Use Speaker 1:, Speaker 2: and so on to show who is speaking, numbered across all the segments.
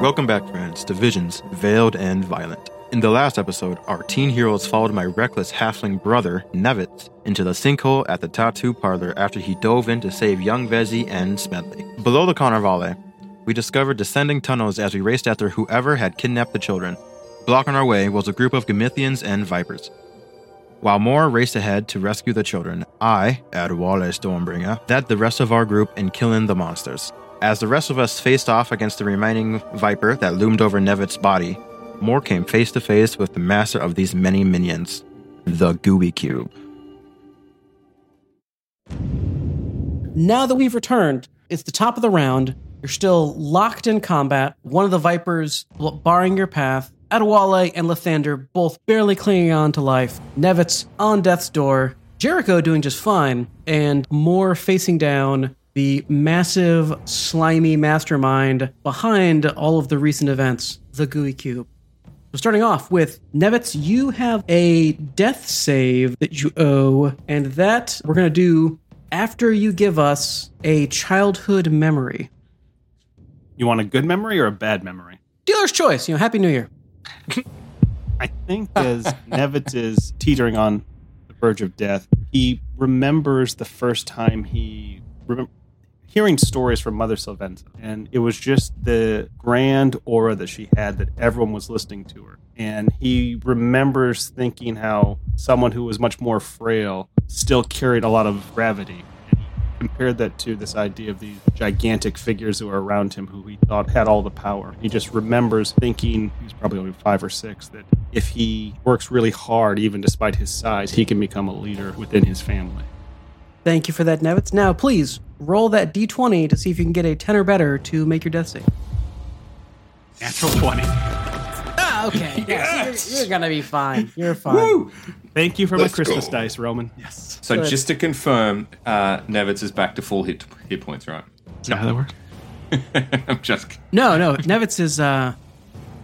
Speaker 1: Welcome back, friends, to Visions Veiled and Violent. In the last episode, our teen heroes followed my reckless halfling brother, Nevitz, into the sinkhole at the tattoo parlor after he dove in to save young Vezi and Smedley. Below the Carnarvale, we discovered descending tunnels as we raced after whoever had kidnapped the children. Blocking our way was a group of Gamithians and Vipers. While Moore raced ahead to rescue the children, I, Adwale Stormbringer, led the rest of our group in killing the monsters. As the rest of us faced off against the remaining Viper that loomed over Nevitt's body, Moore came face to face with the master of these many minions, the Gooey Cube.
Speaker 2: Now that we've returned, it's the top of the round. You're still locked in combat. One of the Vipers l- barring your path. Adewale and Lathander both barely clinging on to life. Nevitz on death's door. Jericho doing just fine. And Moore facing down the massive, slimy mastermind behind all of the recent events, the Gooey Cube. So starting off with Nevitz, you have a death save that you owe, and that we're gonna do after you give us a childhood memory.
Speaker 3: You want a good memory or a bad memory?
Speaker 2: Dealer's choice, you know, happy new year.
Speaker 3: I think as Nevitz is teetering on the verge of death, he remembers the first time he remem- hearing stories from Mother Silventa, and it was just the grand aura that she had that everyone was listening to her. And he remembers thinking how someone who was much more frail still carried a lot of gravity. And he compared that to this idea of these gigantic figures who are around him who he thought had all the power. He just remembers thinking, he's probably only five or six, that if he works really hard, even despite his size, he can become a leader within his family.
Speaker 2: Thank you for that, Nevitz. Now, please roll that d20 to see if you can get a 10 or better to make your death save.
Speaker 4: Natural 20.
Speaker 2: Ah, okay. Yes, you're, you're gonna be fine. You're fine.
Speaker 3: Thank you for
Speaker 5: Let's
Speaker 3: my Christmas
Speaker 5: go.
Speaker 3: dice, Roman. Yes.
Speaker 6: So
Speaker 2: Good.
Speaker 6: just to confirm, uh, Nevitz is back to full hit hit points, right?
Speaker 3: Is that how that works?
Speaker 6: I'm just kidding.
Speaker 2: No, no, Nevitz is uh,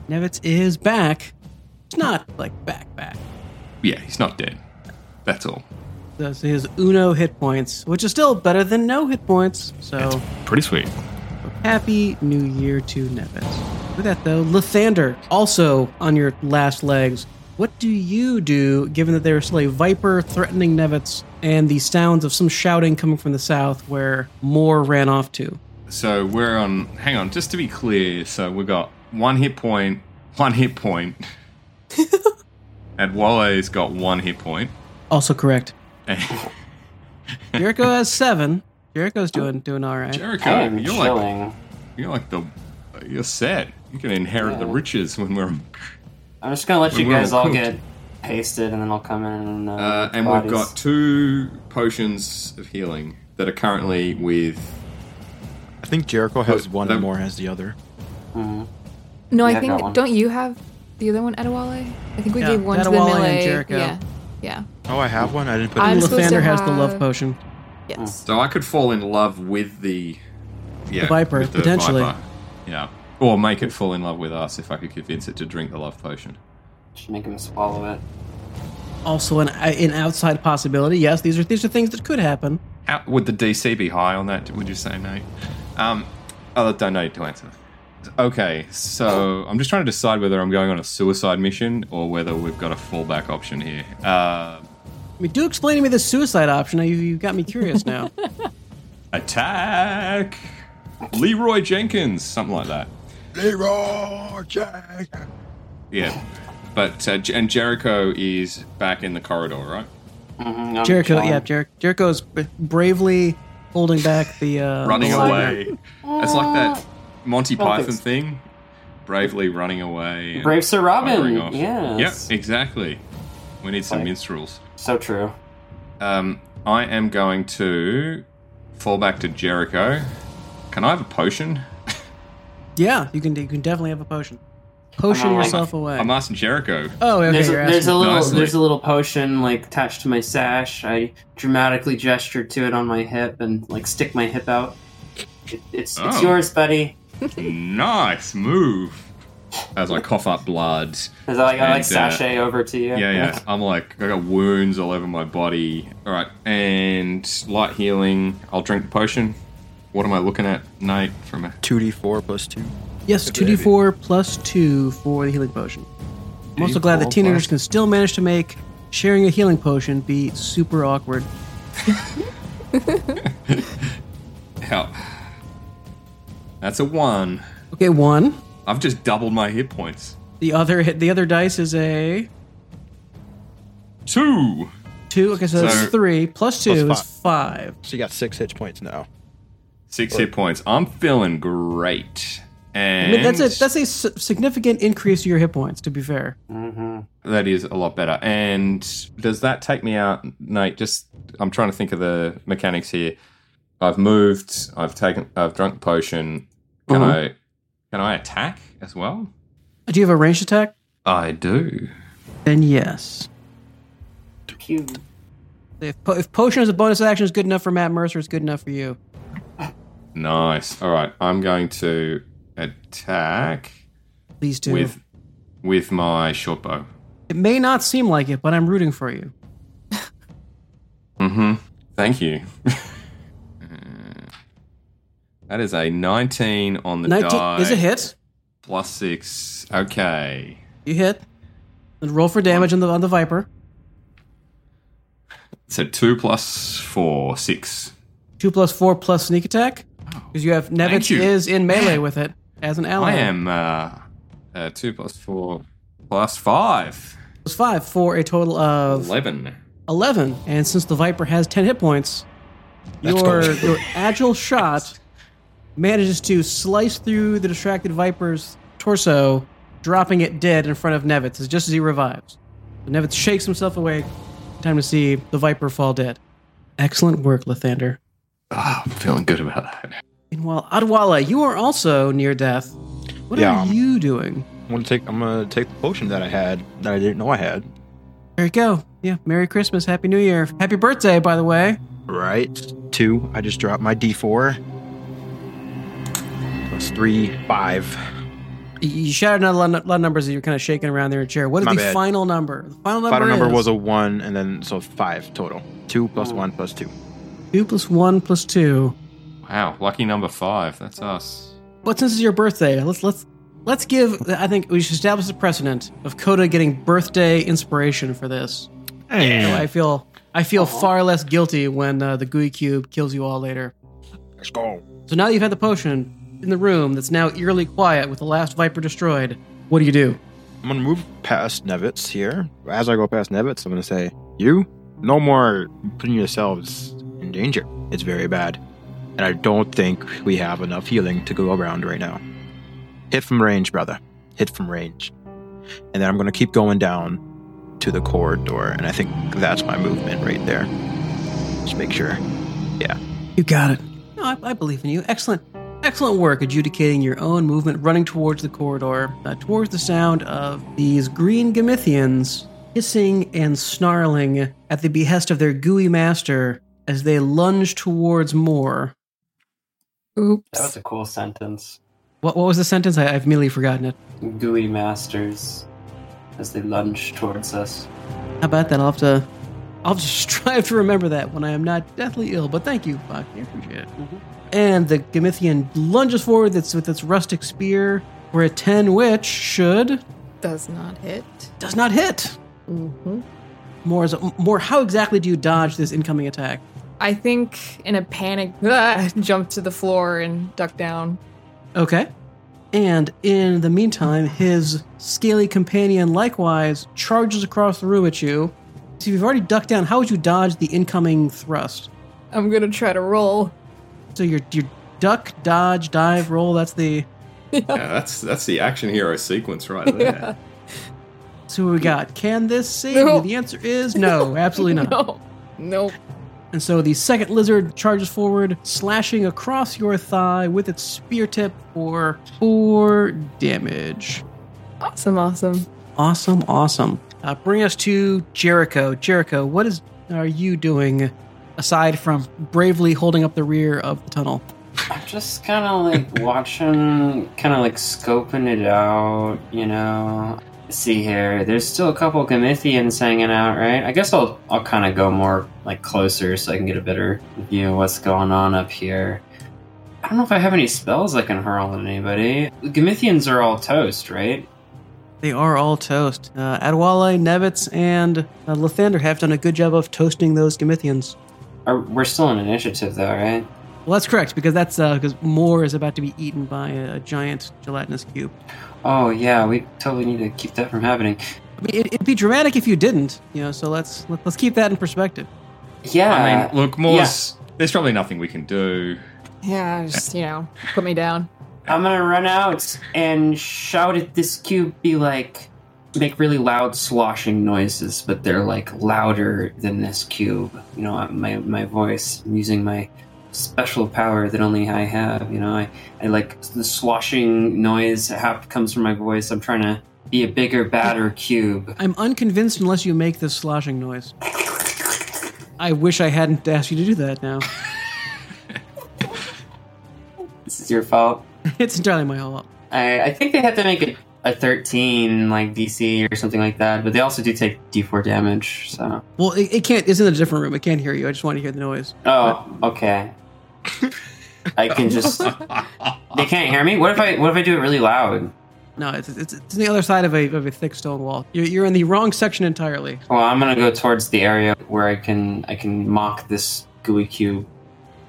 Speaker 2: Nevitz is back. It's not like back back.
Speaker 6: yeah, he's not dead. That's all.
Speaker 2: That's his Uno hit points, which is still better than no hit points. So
Speaker 4: Pretty sweet.
Speaker 2: happy New Year to Nevis. With that though, Lathander also on your last legs. What do you do given that there is still a viper threatening Nevitz and the sounds of some shouting coming from the south where Moore ran off to?
Speaker 6: So we're on. Hang on, just to be clear. So we got one hit point, one hit point, and Walle's got one hit point.
Speaker 2: Also correct.
Speaker 6: And
Speaker 2: Jericho has seven. Jericho's doing doing all right.
Speaker 6: Jericho,
Speaker 7: I'm
Speaker 6: you're like
Speaker 7: chilling.
Speaker 6: you're like the you're set. You can inherit the riches when we're.
Speaker 7: I'm just gonna let
Speaker 6: We
Speaker 7: you
Speaker 6: will
Speaker 7: guys all
Speaker 6: cook.
Speaker 7: get pasted, and then I'll come in and. Uh,
Speaker 6: Uh, and we've
Speaker 7: bodies.
Speaker 6: got two potions of healing that are currently with.
Speaker 1: I think Jericho has
Speaker 6: Wait,
Speaker 1: one
Speaker 6: them-
Speaker 1: and Moore has the other.
Speaker 8: No,
Speaker 7: Yeah,
Speaker 8: I
Speaker 7: I've got one.
Speaker 8: think don't you have the other one, Edewale? I think we
Speaker 2: Yeah,
Speaker 8: gave one to the
Speaker 2: Edewale and
Speaker 8: melee.
Speaker 2: Jericho.
Speaker 8: Yeah, yeah.
Speaker 7: Hmm.
Speaker 1: Oh, I have one? I didn't put
Speaker 8: I'm
Speaker 1: it in.
Speaker 8: supposed to
Speaker 2: Lathander has the love
Speaker 8: have-
Speaker 2: potion.
Speaker 8: Yes.
Speaker 6: So I could fall in love with the. Yeah,
Speaker 2: The Viper,
Speaker 6: with
Speaker 2: potentially.
Speaker 6: Yeah. Or make it fall in love with us if I could convince it to drink the love potion.
Speaker 7: Should make him swallow it.
Speaker 2: Also, an uh, an outside possibility. Yes, these are these are things that could happen.
Speaker 6: How, would the DC be high on that? Would you say, Nate? Um, I don't know to answer. Okay, so I'm just trying to decide whether I'm going on a suicide mission or whether we've got a fallback option here. Uh,
Speaker 2: I mean, do explain to me the suicide option. You you got me curious now.
Speaker 6: attack Leroy Jenkins, something like that.
Speaker 5: Leroy Jenkins.
Speaker 6: Yeah, but uh, J- and Jericho is back in the corridor, right?
Speaker 7: Mm, I'm
Speaker 2: Jericho,
Speaker 7: chilling.
Speaker 2: yeah, Jer- Jericho's b- bravely holding back the
Speaker 7: Oh,
Speaker 2: uh,
Speaker 6: running
Speaker 2: the-
Speaker 6: away. It's like that Monty
Speaker 7: don't
Speaker 6: Python
Speaker 7: think so.
Speaker 6: thing, bravely running away. and
Speaker 7: Brave Sir
Speaker 6: firing
Speaker 7: Robin.
Speaker 6: off.
Speaker 7: Yes.
Speaker 6: Yep, exactly. We need some
Speaker 7: Fine.
Speaker 6: minstrels.
Speaker 7: So true.
Speaker 6: Um, I am going to fall back to Jericho. Can I have a potion?
Speaker 2: Yeah, you can you can definitely have a potion. Potion
Speaker 7: I'm-
Speaker 2: yourself away.
Speaker 6: I'm asking Jericho.
Speaker 2: oh, okay.
Speaker 7: there's, a,
Speaker 2: you're
Speaker 7: there's a
Speaker 2: asking.
Speaker 7: little
Speaker 6: Nicely.
Speaker 7: there's a little potion like attached to my sash. I dramatically gestured to it on my hip and like stick my hip out. It, it's
Speaker 6: Oh.
Speaker 7: it's yours, buddy.
Speaker 6: nice move. As I cough up blood.
Speaker 7: As I, I
Speaker 6: And, uh,
Speaker 7: like sashay over to you.
Speaker 6: Yeah, yeah. I'm like, I got wounds all over my body. All right, and light healing. I'll drink the potion. What am I looking at, Nate? From a,
Speaker 1: 2d4 plus 2.
Speaker 2: Yes, two d four plus two for the healing potion. I'm also glad that
Speaker 6: 2d4
Speaker 2: teenagers
Speaker 6: plus-
Speaker 2: can still manage to make sharing a healing potion be super awkward.
Speaker 6: help. That's a one.
Speaker 2: Okay, one.
Speaker 6: I've just doubled my hit points.
Speaker 2: The other the other dice is a
Speaker 6: Two.
Speaker 2: two. Okay, so that's
Speaker 6: So-
Speaker 2: three plus two
Speaker 1: Plus
Speaker 2: is five.
Speaker 1: So you got 6 hit points now.
Speaker 6: Six hit points. I'm feeling great.
Speaker 2: I
Speaker 6: And
Speaker 2: mean, that's a that's a s- significant increase to your hit points. To be fair,
Speaker 6: That is a lot better. And does that take me out, Nate? Just I'm trying to think of the mechanics here. I've moved. I've taken. I've drunk potion. Can I? Can I attack as well?
Speaker 2: do you have a ranged attack?
Speaker 6: I do.
Speaker 2: Then yes.
Speaker 7: Q.
Speaker 2: If, po- if potion as a bonus action is good enough for Matt Mercer, it's good enough for you.
Speaker 6: Nice. All right. I'm going to attack
Speaker 2: Please do.
Speaker 6: with with my short bow.
Speaker 2: it may not seem like it, but I'm rooting for you.
Speaker 6: Mm-hmm. Thank you. that is a 19 on the
Speaker 2: 19
Speaker 6: die.
Speaker 2: is a hit.
Speaker 6: Plus six. Okay.
Speaker 2: You hit. And roll for damage on the on the viper.
Speaker 6: So two plus four, six.
Speaker 2: Two plus four plus sneak attack. Because you have Nevitz
Speaker 6: Thank you.
Speaker 2: is in melee with it as an ally.
Speaker 6: I am uh, uh, two plus four plus five.
Speaker 2: Plus five for a total of
Speaker 6: Eleven.
Speaker 2: eleven. And since the viper has ten hit points, your your agile shot manages to slice through the distracted viper's torso, dropping it dead in front of Nevitz as just as he revives. Nevitz shakes himself awake. Time to see the viper fall dead. Excellent work, Lathander.
Speaker 6: Oh, I'm feeling good about that.
Speaker 2: Meanwhile, Adwala, you are also near death. What
Speaker 1: Yeah,
Speaker 2: are
Speaker 1: I'm-
Speaker 2: you doing?
Speaker 1: I'm gonna take I'm gonna take the potion that I had that I didn't know I had.
Speaker 2: There you go. Yeah, Merry Christmas, Happy New Year, Happy Birthday, by the way.
Speaker 1: Right. Two. I just dropped my D4. Plus three, five.
Speaker 2: You- You shouted out a lot, of- lot of numbers that you're kind of shaking around there in your chair. What is
Speaker 1: My
Speaker 2: the
Speaker 1: bad.
Speaker 2: final number? The final number,
Speaker 1: Final number
Speaker 2: is
Speaker 1: was a one, and then so five total. Two plus
Speaker 5: Oh.
Speaker 1: one plus two.
Speaker 2: two plus one plus two.
Speaker 6: Wow, lucky number five. That's us.
Speaker 2: But since it's your birthday, let's let's let's give. I think we should establish the precedent of Coda getting birthday inspiration for this. So I feel I feel far less guilty when uh, the gooey cube kills you all later.
Speaker 5: Let's go.
Speaker 2: So now that you've had the potion in the room that's now eerily quiet with the last viper destroyed, what do you do?
Speaker 1: I'm gonna move past Nevitz here. As I go past Nevitz, I'm gonna say, "You, no more putting yourselves in danger. It's very bad, and I don't think we have enough healing to go around right now. Hit from range, brother. Hit from range, and then I'm gonna keep going down to the corridor. And I think that's my movement right there. Just make sure.
Speaker 2: You got it. No, I, I believe in you. Excellent. Excellent work adjudicating your own movement, running towards the corridor, uh, towards the sound of these green Gamithians hissing and snarling at the behest of their gooey master as they lunge towards more.
Speaker 7: That was
Speaker 8: Oops.
Speaker 7: a cool sentence.
Speaker 2: What, what was the sentence? I, I've merely forgotten it.
Speaker 7: Gooey masters as they lunge towards us.
Speaker 2: How about that? I'll have to. I'll just strive to remember that when I am not deathly ill. But thank you, Buck. I appreciate it. And the Gamithian lunges forward that's with its rustic spear for a 10, which should.
Speaker 8: Does not hit.
Speaker 2: does not hit.
Speaker 8: Mm-hmm.
Speaker 2: More, is, more. How exactly do you dodge this incoming attack?
Speaker 8: I think in a panic, ah, jumped to the floor and ducked down.
Speaker 2: Okay. And in the meantime, his scaly companion likewise charges across the room at you. So you've already ducked down. How would you dodge the incoming thrust?
Speaker 8: I'm gonna try to roll.
Speaker 2: So your your duck, dodge, dive, roll. That's the
Speaker 6: Yeah, that's that's the action hero sequence right there.
Speaker 2: so we got. Can this save
Speaker 8: No.
Speaker 2: you? The answer is no, absolutely not.
Speaker 8: No. Nope.
Speaker 2: And so the second lizard charges forward, slashing across your thigh with its spear tip for four damage.
Speaker 8: Awesome, awesome.
Speaker 2: Awesome, awesome. Uh, bring us to Jericho. Jericho, what is are you doing aside from bravely holding up the rear of the tunnel?
Speaker 7: I'm just kind of like watching, kind of like scoping it out, you know. Let's see here, there's still a couple Gamithians hanging out, right? I guess I'll I'll kind of go more like closer so I can get a better view of what's going on up here. I don't know if I have any spells I can hurl at anybody. The Gamithians are all toast, right?
Speaker 2: They are all toast. Uh, Adwale, Nevitz, and uh, Lathander have done a good job of toasting those Gamithians.
Speaker 7: Are, we're still in initiative, though, right?
Speaker 2: Well, that's correct because that's because Moore is about to be eaten by a giant gelatinous cube.
Speaker 7: Oh, yeah, we totally need to keep that from happening.
Speaker 2: I mean, it, it'd be dramatic if you didn't, you know. So let's let, let's keep that in perspective.
Speaker 7: Yeah.
Speaker 6: I mean, look, Moore's. There's probably nothing we can do.
Speaker 8: Yeah, just, you know, put me down.
Speaker 7: I'm gonna run out and shout at this cube, be like, make really loud sloshing noises, but they're like louder than this cube. You know, my my voice. I'm using my special power that only I have. You know, I, I like the sloshing noise hap- comes from my voice. I'm trying to be a bigger, badder cube.
Speaker 2: I'm unconvinced unless you make this sloshing noise. I wish I hadn't asked you to do that. Now
Speaker 7: This is your fault.
Speaker 2: it's entirely my fault.
Speaker 7: I, I think they had to make it a 13 like DC or something like that, but they also do take D4 damage. So,
Speaker 2: Well, it, it can't. It's in a different room. It can't hear you. I just want to hear the noise.
Speaker 7: oh, okay. I can just they can't hear me. What if I what if I do it really loud?
Speaker 2: No, it's it's, it's on the other side of a of a thick stone wall. You're, you're in the wrong section entirely.
Speaker 7: Well, I'm gonna go towards the area where I can I can mock this gooey cube.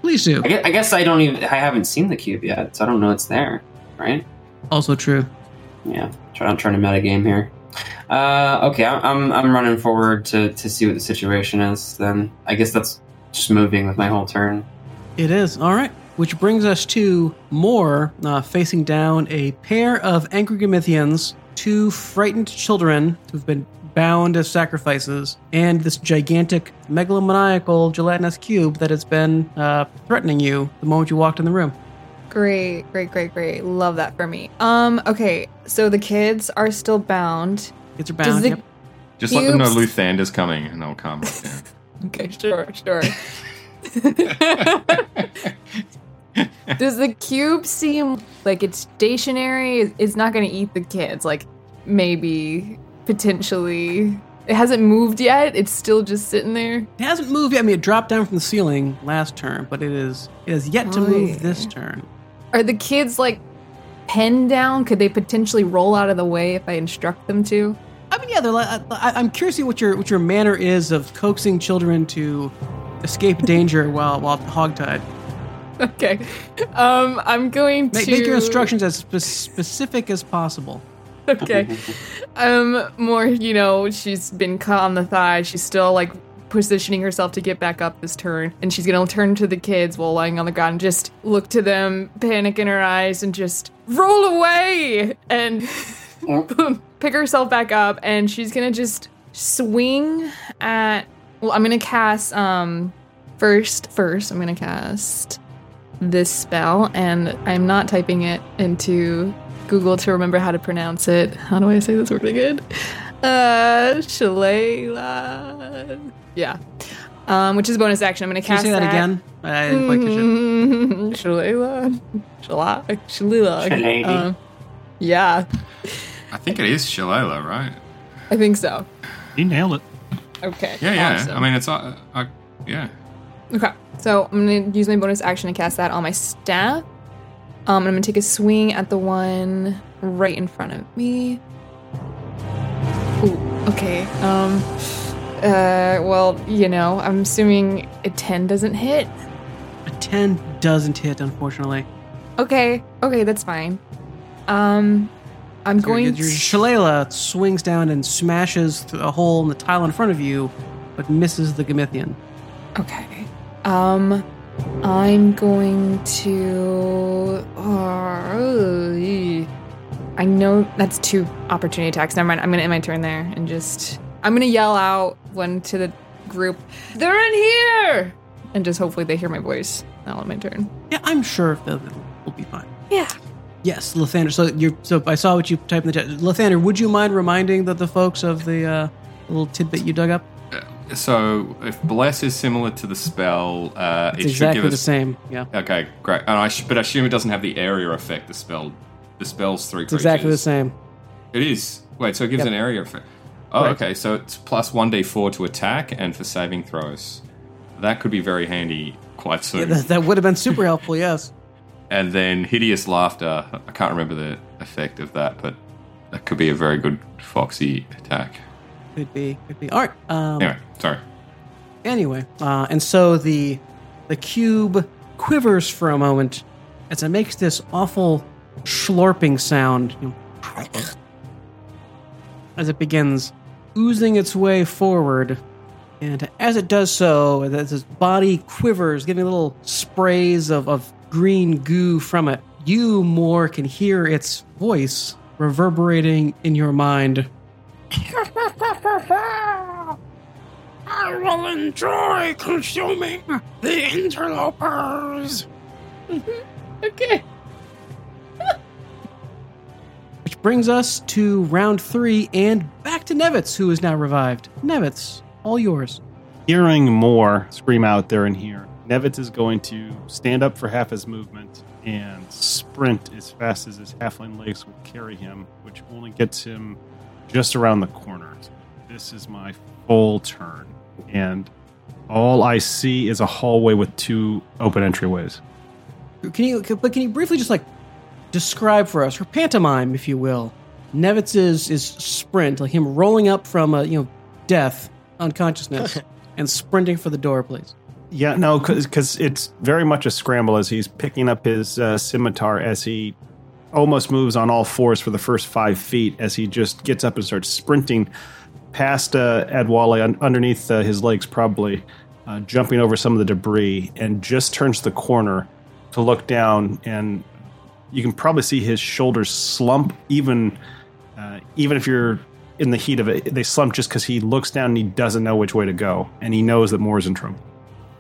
Speaker 2: Please do.
Speaker 7: I guess, I guess I don't even I haven't seen the cube yet, so I don't know it's there, right?
Speaker 2: Also true.
Speaker 7: Yeah, try, I'm trying to metagame here. Uh, okay, I'm, I'm I'm running forward to to see what the situation is. Then I guess that's just moving with my whole turn.
Speaker 2: It is. All right. Which brings us to more uh, facing down a pair of angry Gamithians, two frightened children who've been bound as sacrifices, and this gigantic megalomaniacal gelatinous cube that has been uh, threatening you the moment you walked in the room.
Speaker 8: Great, great, great, great. Love that for me. Um, okay, so the kids are still bound.
Speaker 2: Kids are
Speaker 8: Does
Speaker 2: bound.
Speaker 8: the
Speaker 2: yep.
Speaker 6: Just let them know
Speaker 8: Oops.
Speaker 6: Luthander's coming and they'll calm right down.
Speaker 8: Okay, sure, sure. Does the cube seem like it's stationary? It's not going to eat the kids. Like maybe potentially it hasn't moved yet. It's still just sitting there.
Speaker 2: It hasn't moved yet. I mean, it dropped down from the ceiling last turn, but it is it has yet to
Speaker 8: Oh,
Speaker 2: move
Speaker 8: yeah.
Speaker 2: this turn.
Speaker 8: Are the kids like pinned down? Could they potentially roll out of the way if I instruct them to?
Speaker 2: I mean, yeah, they're like, I, I'm curious to see what your what your manner is of coaxing children to escape danger while while hogtied.
Speaker 8: Okay. Um, I'm going
Speaker 2: Make,
Speaker 8: to
Speaker 2: make your instructions as spe- specific as possible.
Speaker 8: okay. Um, more, you know, she's been caught on the thigh. She's still like positioning herself to get back up this turn, and she's gonna turn to the kids while lying on the ground and just look to them, panic in her eyes, and just roll away and boom, pick herself back up, and she's gonna just swing at. Well, I'm gonna cast um first. First, I'm gonna cast this spell, and I'm not typing it into Google to remember how to pronounce it. How do I say this word again? Uh, Shalala. Yeah. Um, which is a bonus action. I'm going to
Speaker 2: Can you say
Speaker 8: cast
Speaker 2: that, again? I didn't quite catch it.
Speaker 8: Mhm. Shalala. Shala. Shalila.
Speaker 7: Shalady.
Speaker 8: Um, yeah,
Speaker 6: I think it is Shalala, right?
Speaker 8: I think so.
Speaker 3: You nailed it.
Speaker 8: Okay.
Speaker 6: Yeah, yeah.
Speaker 8: awesome.
Speaker 6: I mean, it's uh, uh, yeah.
Speaker 8: Okay, so I'm gonna use my bonus action to cast that on my staff. Um, and I'm gonna take a swing at the one right in front of me. Ooh, okay. Um, uh, well, you know, I'm assuming a ten doesn't hit.
Speaker 2: A ten doesn't hit, unfortunately.
Speaker 8: Okay, okay, that's fine. Um, I'm
Speaker 2: Your-
Speaker 8: going.
Speaker 2: your
Speaker 8: to-
Speaker 2: Shalala swings down and smashes through a hole in the tile in front of you, but misses the Gamithian.
Speaker 8: Okay. Um, I'm going to. Uh, I know that's two opportunity attacks. Never mind. I'm gonna end my turn there and just. I'm gonna yell out one to the group. They're in here, and just hopefully they hear my voice. I'll end my turn.
Speaker 2: Yeah, I'm sure that it will be fine.
Speaker 8: Yeah.
Speaker 2: Yes, Lathander. So you so I saw what you typed in the chat. Lathander, would you mind reminding the, the folks of the uh, little tidbit you dug up?
Speaker 6: So if bless is similar to the spell, uh,
Speaker 2: It's
Speaker 6: it should
Speaker 2: exactly
Speaker 6: give us
Speaker 2: the same. Yeah.
Speaker 6: Okay, great. And I sh- but I assume it doesn't have the area effect. The spell, the spell's three
Speaker 2: It's exactly the
Speaker 6: creatures.
Speaker 2: same.
Speaker 6: It is. Wait, so it gives an area effect. Oh, okay. So it's plus one d four to attack and for saving throws. That could be very handy quite
Speaker 2: Yeah,
Speaker 6: soon.
Speaker 2: that, that would have been super helpful, yes.
Speaker 6: and then hideous laughter. I can't remember the effect of that, but that could be a very good foxy attack.
Speaker 2: Could be, could be. All right. Um,
Speaker 6: Anyway, sorry.
Speaker 2: Anyway, uh, and so the the cube quivers for a moment as it makes this awful slurping sound you know, as it begins oozing its way forward. And as it does so, as its body quivers, getting little sprays of, of green goo from it, you more can hear its voice reverberating in your mind.
Speaker 5: I will enjoy consuming the interlopers.
Speaker 8: Okay.
Speaker 2: Which brings us to round three and back to Nevitz, who is now revived. Nevitz, all yours.
Speaker 3: Hearing more scream out there and here, Nevitz is going to stand up for half his movement and sprint as fast as his halfling legs will carry him, which only gets him just around the corner. This is my full turn, and all I see is a hallway with two open entryways.
Speaker 2: Can you? But can you briefly just like describe for us, or pantomime, if you will, Nevitz's is sprint, like him rolling up from uh, you know death, unconsciousness, and sprinting for the door, please.
Speaker 3: Yeah, no, because it's very much a scramble as he's picking up his uh, scimitar as he almost moves on all fours for the first five feet as he just gets up and starts sprinting past uh, Adwale un- underneath uh, his legs, probably uh, jumping over some of the debris, and just turns the corner to look down, and you can probably see his shoulders slump even uh, even if you're in the heat of it. They slump just because he looks down and he doesn't know which way to go, and he knows that Moore's in trouble.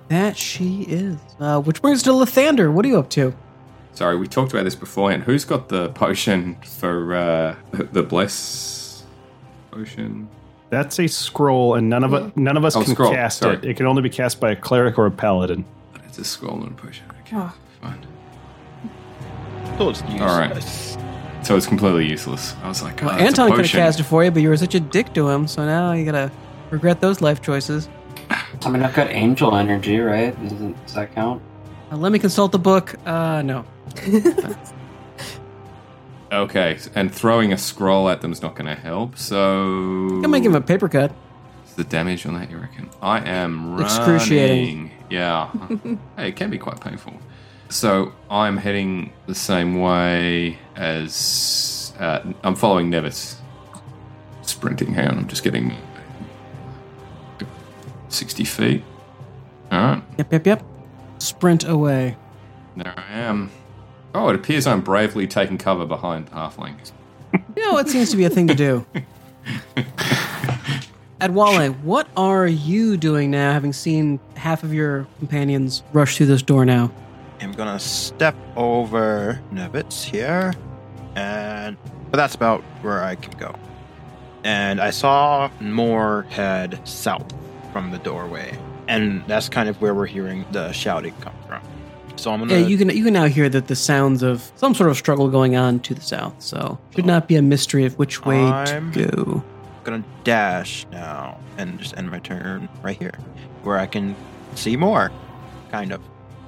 Speaker 2: That she is. Uh, which brings us to Lathander. What are you up to?
Speaker 6: Sorry, we talked about this beforehand. Who's got the potion for uh, the bless potion?
Speaker 3: That's a scroll, and none of us, none of us
Speaker 6: Oh,
Speaker 3: can
Speaker 6: scroll,
Speaker 3: cast
Speaker 6: sorry.
Speaker 3: it. It can only be cast by a cleric or a paladin.
Speaker 6: It's a scroll and potion. Okay,
Speaker 2: Ah.
Speaker 8: Oh.
Speaker 6: fine.
Speaker 1: Still, it's useless.
Speaker 6: All right. So it's completely useless. I was like, oh,
Speaker 2: Well,
Speaker 6: it's a
Speaker 2: Anton could have
Speaker 6: potion.
Speaker 2: cast it for you, but you were such a dick to him, so now you gotta regret those life choices.
Speaker 7: I mean, I've got angel energy, right? Doesn't, does that count?
Speaker 2: Uh, let me consult the book. Uh, no.
Speaker 6: Okay, and throwing a scroll at them is not going to help. So
Speaker 2: Can I give him a paper cut?
Speaker 6: What's the damage on that? You reckon? I am running.
Speaker 2: Excruciating.
Speaker 6: Yeah, hey, it can be quite painful. So I'm heading the same way as uh, I'm following Nevis, sprinting. Hang on, I'm just getting sixty feet. All right.
Speaker 2: Yep, yep, yep. Sprint away.
Speaker 6: There I am. Oh, it appears I'm bravely taking cover behind the halfling.
Speaker 2: You know, it seems to be a thing to do. Adwale, what are you doing now, having seen half of your companions rush through this door now?
Speaker 1: I'm gonna step over Nevitz here, and but that's about where I can go. And I saw more head south from the doorway, and that's kind of where we're hearing the shouting come from. So I'm
Speaker 2: Yeah,
Speaker 1: gonna
Speaker 2: you can you can now hear that the sounds of some sort of struggle going on to the south, so should not be a mystery of which way
Speaker 1: I'm-
Speaker 2: to go.
Speaker 1: gonna dash now and just end my turn right here, where I can see more, kind of.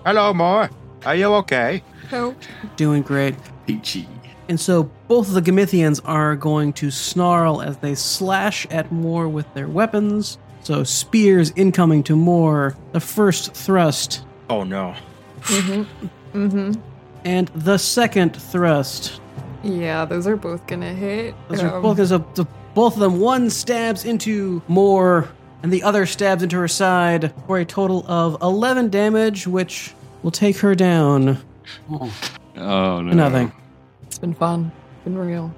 Speaker 1: Hello, more. Are you okay?
Speaker 8: Help.
Speaker 2: Doing great.
Speaker 6: Peachy.
Speaker 2: And so both of the Gamithians are going to snarl as they slash at Moore with their weapons. So spears incoming to Moore. The first thrust
Speaker 1: Oh no.
Speaker 8: Mm-hmm. Mm-hmm.
Speaker 2: and the second thrust.
Speaker 8: Yeah, those are both gonna hit.
Speaker 2: Those are
Speaker 8: Um,
Speaker 2: both, there's a, the, both of them. One stabs into Moore and the other stabs into her side for a total of 11 damage, which will take her down.
Speaker 6: Oh no.
Speaker 2: Nothing.
Speaker 8: It's been fun. Been real.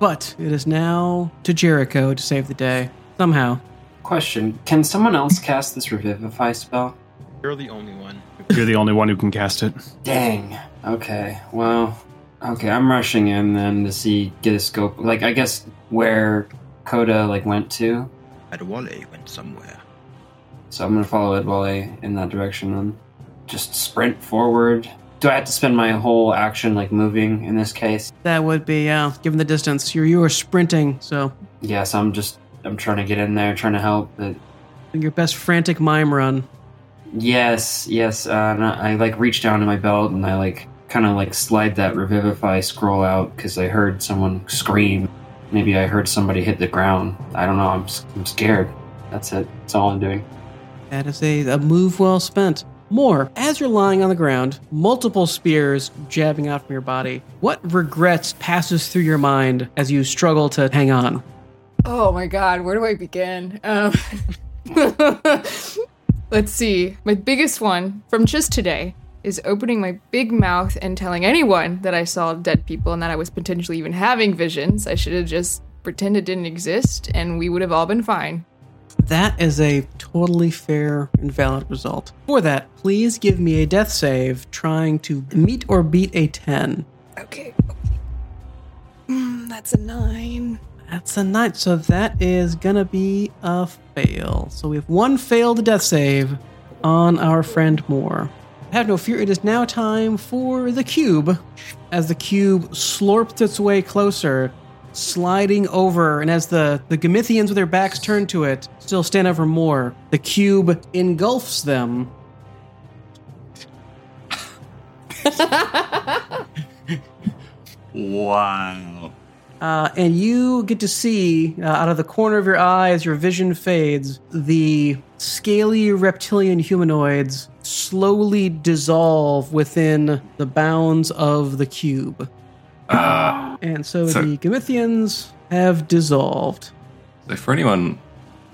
Speaker 2: But it is now to Jericho to save the day. Somehow.
Speaker 7: Question: Can someone else cast this revivify spell?
Speaker 1: You're the only one.
Speaker 3: You're the only one who can cast it.
Speaker 7: Dang. Okay. Well. Okay. I'm rushing in then to see get a scope. Like I guess where Coda like went to.
Speaker 1: Adwale went somewhere.
Speaker 7: So I'm gonna follow Edwale in that direction and just sprint forward. Do I have to spend my whole action like moving in this case?
Speaker 2: That would be, uh, given the distance, you're, you are sprinting, so
Speaker 7: Yes. I'm just. I'm trying to get in there, trying to help. But
Speaker 2: your best frantic mime run.
Speaker 7: Yes, yes. Uh, and I I, like reach down to my belt and I like kind of like slide that revivify scroll out because I heard someone scream. Maybe I heard somebody hit the ground. I don't know. I'm, s- I'm scared. That's it. That's all I'm doing.
Speaker 2: That is a, a move well spent. More, as you're lying on the ground, multiple spears jabbing out from your body, what regrets passes through your mind as you struggle to hang on?
Speaker 8: Oh my god, where do I begin? Um, let's see. My biggest one from just today is opening my big mouth and telling anyone that I saw dead people and that I was potentially even having visions. I should have just pretended it didn't exist and we would have all been fine.
Speaker 2: That is a totally fair and valid result. For that, please give me a death save trying to meet or beat a 10.
Speaker 8: Okay. Mm, that's a nine.
Speaker 2: That's a 9, so that is gonna be a fail. So we have one failed death save on our friend Moore. Have no fear, it is now time for the cube. As the cube slurped its way closer, sliding over, and as the, the Gamithians with their backs turned to it still stand over Moore, the cube engulfs them
Speaker 4: Wow.
Speaker 2: Uh, and you get to see, uh, out of the corner of your eye as your vision fades, the scaly reptilian humanoids slowly dissolve within the bounds of the cube. and so,
Speaker 6: so-
Speaker 2: the Gamithians have dissolved.
Speaker 6: So for anyone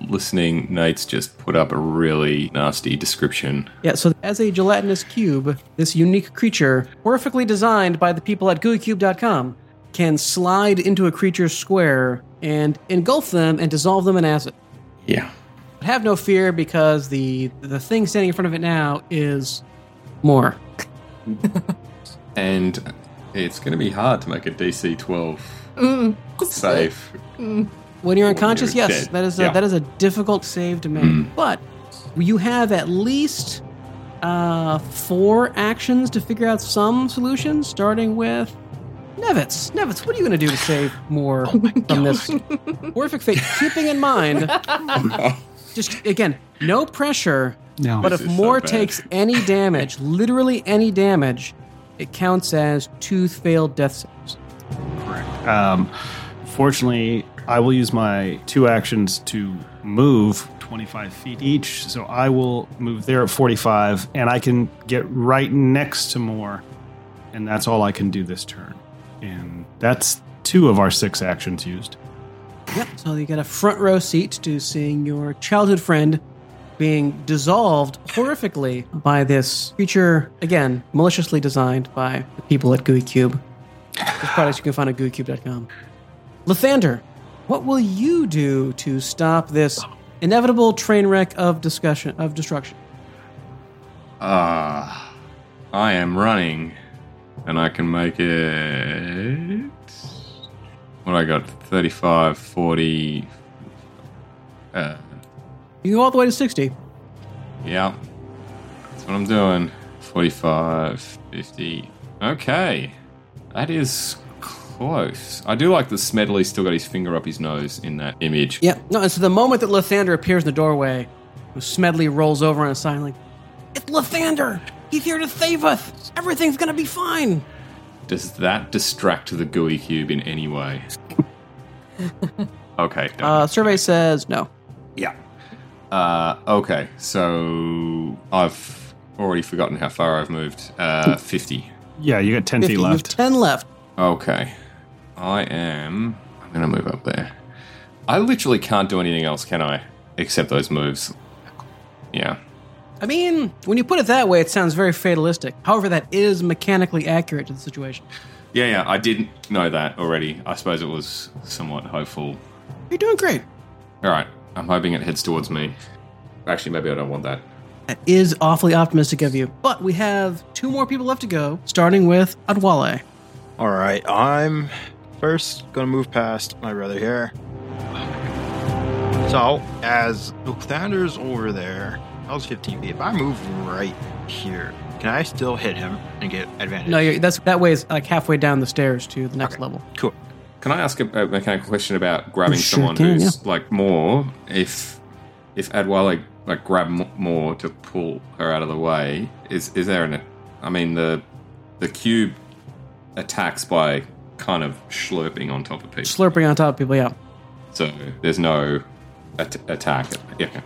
Speaker 6: listening, Nate's just put up a really nasty description.
Speaker 2: Yeah, so as a gelatinous cube, this unique creature, perfectly designed by the people at GooeyCube.com, can slide into a creature's square and engulf them and dissolve them in acid.
Speaker 6: Yeah.
Speaker 2: But have no fear because the the thing standing in front of it now is more.
Speaker 6: And it's going to be hard to make a DC 12 safe.
Speaker 2: When you're
Speaker 6: When you're
Speaker 2: unconscious, yes,
Speaker 6: dead,
Speaker 2: that is a,
Speaker 6: yeah. Mm.
Speaker 2: that is a difficult save to make. But you have at least uh, four actions to figure out some solutions, starting with Nevitz. Nevitz, what are you going to do to save more from this horrific fate? Keeping in mind, just again, no pressure.
Speaker 3: No.
Speaker 2: But
Speaker 6: This
Speaker 2: if
Speaker 6: is so
Speaker 2: Moore
Speaker 6: bad.
Speaker 2: takes any damage, literally any damage, it counts as two failed death saves.
Speaker 3: Um, fortunately, I will use my two actions to move 25 feet each. So I will move there at 45, and I can get right next to Moore. And that's all I can do this turn. And that's two of our six actions used.
Speaker 2: Yep. So you get a front row seat to seeing your childhood friend being dissolved horrifically by this creature, again, maliciously designed by the people at GUI Cube. This product you can find at GUICube.com. Lathander, what will you do to stop this inevitable train wreck of discussion of destruction?
Speaker 6: Ah, I am running, and I can make it. What I got? 35, 40. Uh,
Speaker 2: You can go all the way to sixty.
Speaker 6: yeah. That's what I'm doing. 45, 50. Okay. That is close. I do like that Smedley's still got his finger up his nose in that image.
Speaker 2: Yeah. No, and so the moment that Lathander appears in the doorway, Smedley rolls over on a sign like, It's Lathander! He's here to save us! Everything's gonna be fine!
Speaker 6: Does that distract the gooey cube in any way? okay. done.
Speaker 2: Uh, survey says no.
Speaker 6: Yeah. Uh, okay, so I've already forgotten how far I've moved. Uh, 50.
Speaker 3: Yeah, you got 10
Speaker 2: 50.
Speaker 3: feet
Speaker 2: You have
Speaker 3: left.
Speaker 2: 10 left.
Speaker 6: Okay. I am. I'm going to move up there. I literally can't do anything else, can I? Except those moves. Yeah.
Speaker 2: I mean, when you put it that way, it sounds very fatalistic. However, that is mechanically accurate to the situation.
Speaker 6: Yeah, yeah, I didn't know that already. I suppose it was somewhat hopeful.
Speaker 2: You're doing great.
Speaker 6: All right, I'm hoping it heads towards me. Actually, maybe I don't want that.
Speaker 2: That is awfully optimistic of you. But we have two more people left to go, starting with Adwale.
Speaker 1: All right, I'm first gonna move past my brother here. So as Thunder's over there, that was 15 feet. If I move right here, can I still hit him and get advantage?
Speaker 2: No, you're, that's that way is like halfway down the stairs to the next
Speaker 1: Okay.
Speaker 2: level.
Speaker 1: cool.
Speaker 6: Can I ask a, a mechanical question about grabbing
Speaker 2: You sure
Speaker 6: someone
Speaker 2: can,
Speaker 6: who's like more? If if Adwala like grab m- more to pull her out of the way. Is is there an? I mean the the cube attacks by kind of slurping on top of people.
Speaker 2: Slurping on top of people, yeah.
Speaker 6: so there's no at- attack. Yeah. okay.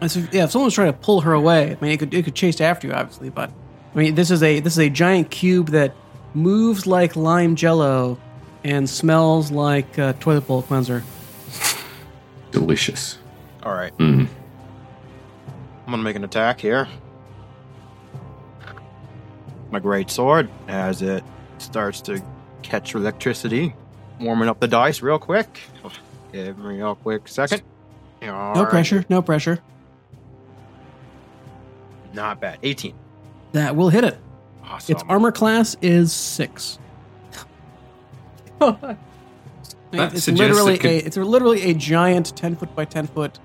Speaker 2: And so, yeah, if someone was trying to pull her away, I mean, it could it could chase after you, obviously, but I mean, this is a this is a giant cube that moves like lime jello and smells like uh, toilet bowl cleanser.
Speaker 6: Delicious.
Speaker 1: All right.
Speaker 6: Mm.
Speaker 1: I'm gonna make an attack here. My great sword, as it starts to catch electricity, warming up the dice real quick. Give me a quick second.
Speaker 2: No
Speaker 1: Alright,
Speaker 2: pressure, no pressure.
Speaker 1: Not bad. 18.
Speaker 2: That will hit it.
Speaker 1: Awesome.
Speaker 2: Its armor class is six.
Speaker 6: That
Speaker 2: it's
Speaker 6: suggests
Speaker 2: literally
Speaker 6: it could-
Speaker 2: a it's literally a giant ten foot by ten foot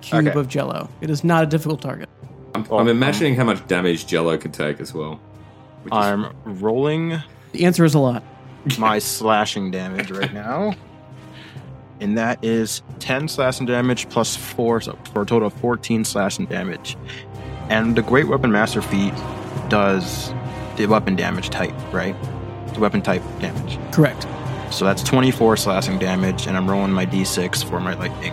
Speaker 2: cube
Speaker 1: Okay.
Speaker 2: of jello. It is not a difficult target.
Speaker 6: I'm,
Speaker 1: Well,
Speaker 6: I'm imagining how much damage Jello could take as well. which is-
Speaker 1: I'm rolling
Speaker 2: The answer is a lot.
Speaker 1: my slashing damage right now. And that is 10 slashing damage plus 4, so for a total of 14 slashing damage. And the Great Weapon Master feat does the weapon damage type, right? The weapon type damage.
Speaker 2: Correct.
Speaker 1: So that's 24 slashing damage, and I'm rolling my d6 for my lightning.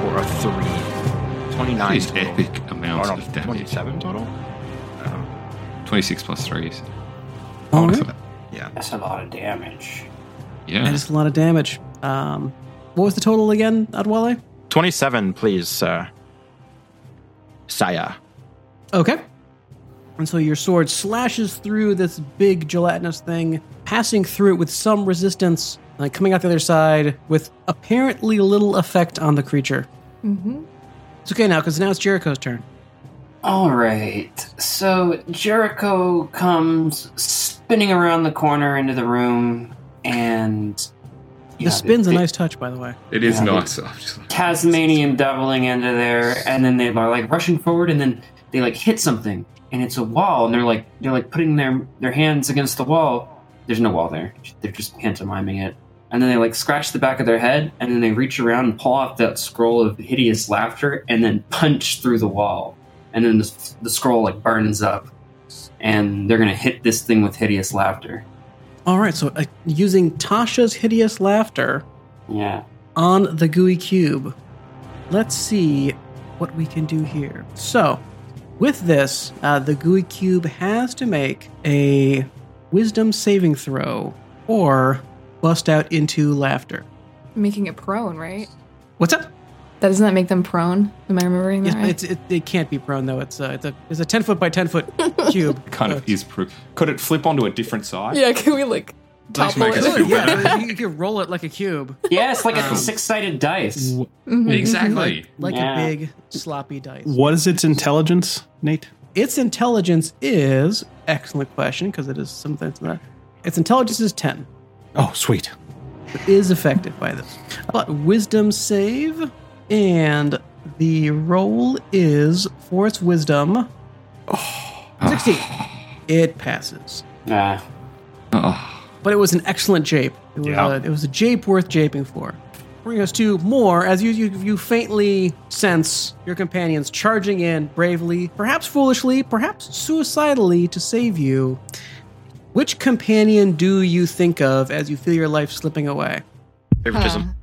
Speaker 1: For a 3. 29
Speaker 6: These
Speaker 1: total.
Speaker 6: epic amounts
Speaker 1: Or no,
Speaker 6: of damage.
Speaker 1: 27 total? Um,
Speaker 6: 26 plus 3. is-
Speaker 2: All
Speaker 6: What's
Speaker 2: right.
Speaker 6: that?
Speaker 1: yeah.
Speaker 7: That's a lot of damage.
Speaker 6: Yeah.
Speaker 2: That is a lot of damage. Um, what was the total again, Adwale?
Speaker 1: 27, please, uh, Saya.
Speaker 2: Okay. And so your sword slashes through this big gelatinous thing, passing through it with some resistance, uh, coming out the other side with apparently little effect on the creature.
Speaker 8: Mm-hmm.
Speaker 2: It's okay now because now it's Jericho's turn.
Speaker 7: All right. So Jericho comes spinning around the corner into the room, and yeah,
Speaker 2: the spin's
Speaker 7: the-
Speaker 2: a nice touch, by the way.
Speaker 6: It is
Speaker 7: Yeah.
Speaker 6: nice. I'm just like-
Speaker 7: Tasmanian doubling into there, and then they are like rushing forward, and then they like hit something, and it's a wall, and they're like they're like putting their their hands against the wall. There's no wall there; they're just pantomiming it. And then they like scratch the back of their head, and then they reach around and pull off that scroll of hideous laughter, and then punch through the wall, and then the, the scroll like burns up, and they're gonna hit this thing with hideous laughter.
Speaker 2: All right, so uh, using Tasha's hideous laughter
Speaker 7: Yeah.
Speaker 2: on the gooey cube, let's see what we can do here. So, with this, uh, the gooey cube has to make a wisdom saving throw or bust out into laughter.
Speaker 8: Making it prone, right?
Speaker 2: What's up?
Speaker 8: That doesn't that make them prone? Am I remembering that?
Speaker 2: Yes,
Speaker 8: right?
Speaker 2: it's, it, it can't be prone though. It's a it's a it's a ten foot by ten foot cube.
Speaker 6: kind of is proof. Could it flip onto a different side?
Speaker 8: yeah, can we like
Speaker 6: Let's
Speaker 8: topple
Speaker 6: make us
Speaker 8: it?
Speaker 6: feel better.
Speaker 2: yeah, you can roll it like a cube,
Speaker 7: Yeah, it's like a six-sided dice.
Speaker 8: Mhm.
Speaker 6: Exactly.
Speaker 2: like
Speaker 7: Yeah.
Speaker 2: a big sloppy dice.
Speaker 3: What is its intelligence, Nate?
Speaker 2: Its intelligence is excellent question because it is something it's not. Its intelligence is ten.
Speaker 3: Oh, sweet.
Speaker 2: It is affected by this, but wisdom save, and the roll is for its wisdom. Sixteen. It passes,
Speaker 7: Yeah.
Speaker 6: Oh,
Speaker 2: but it was an excellent jape. It was,
Speaker 3: Yeah.
Speaker 2: a, it was a jape worth japing for. Bring us to more as you, you you faintly sense your companions charging in bravely, perhaps foolishly, perhaps suicidally to save you. Which companion do you think of as you feel your life slipping away?
Speaker 1: Favoritism.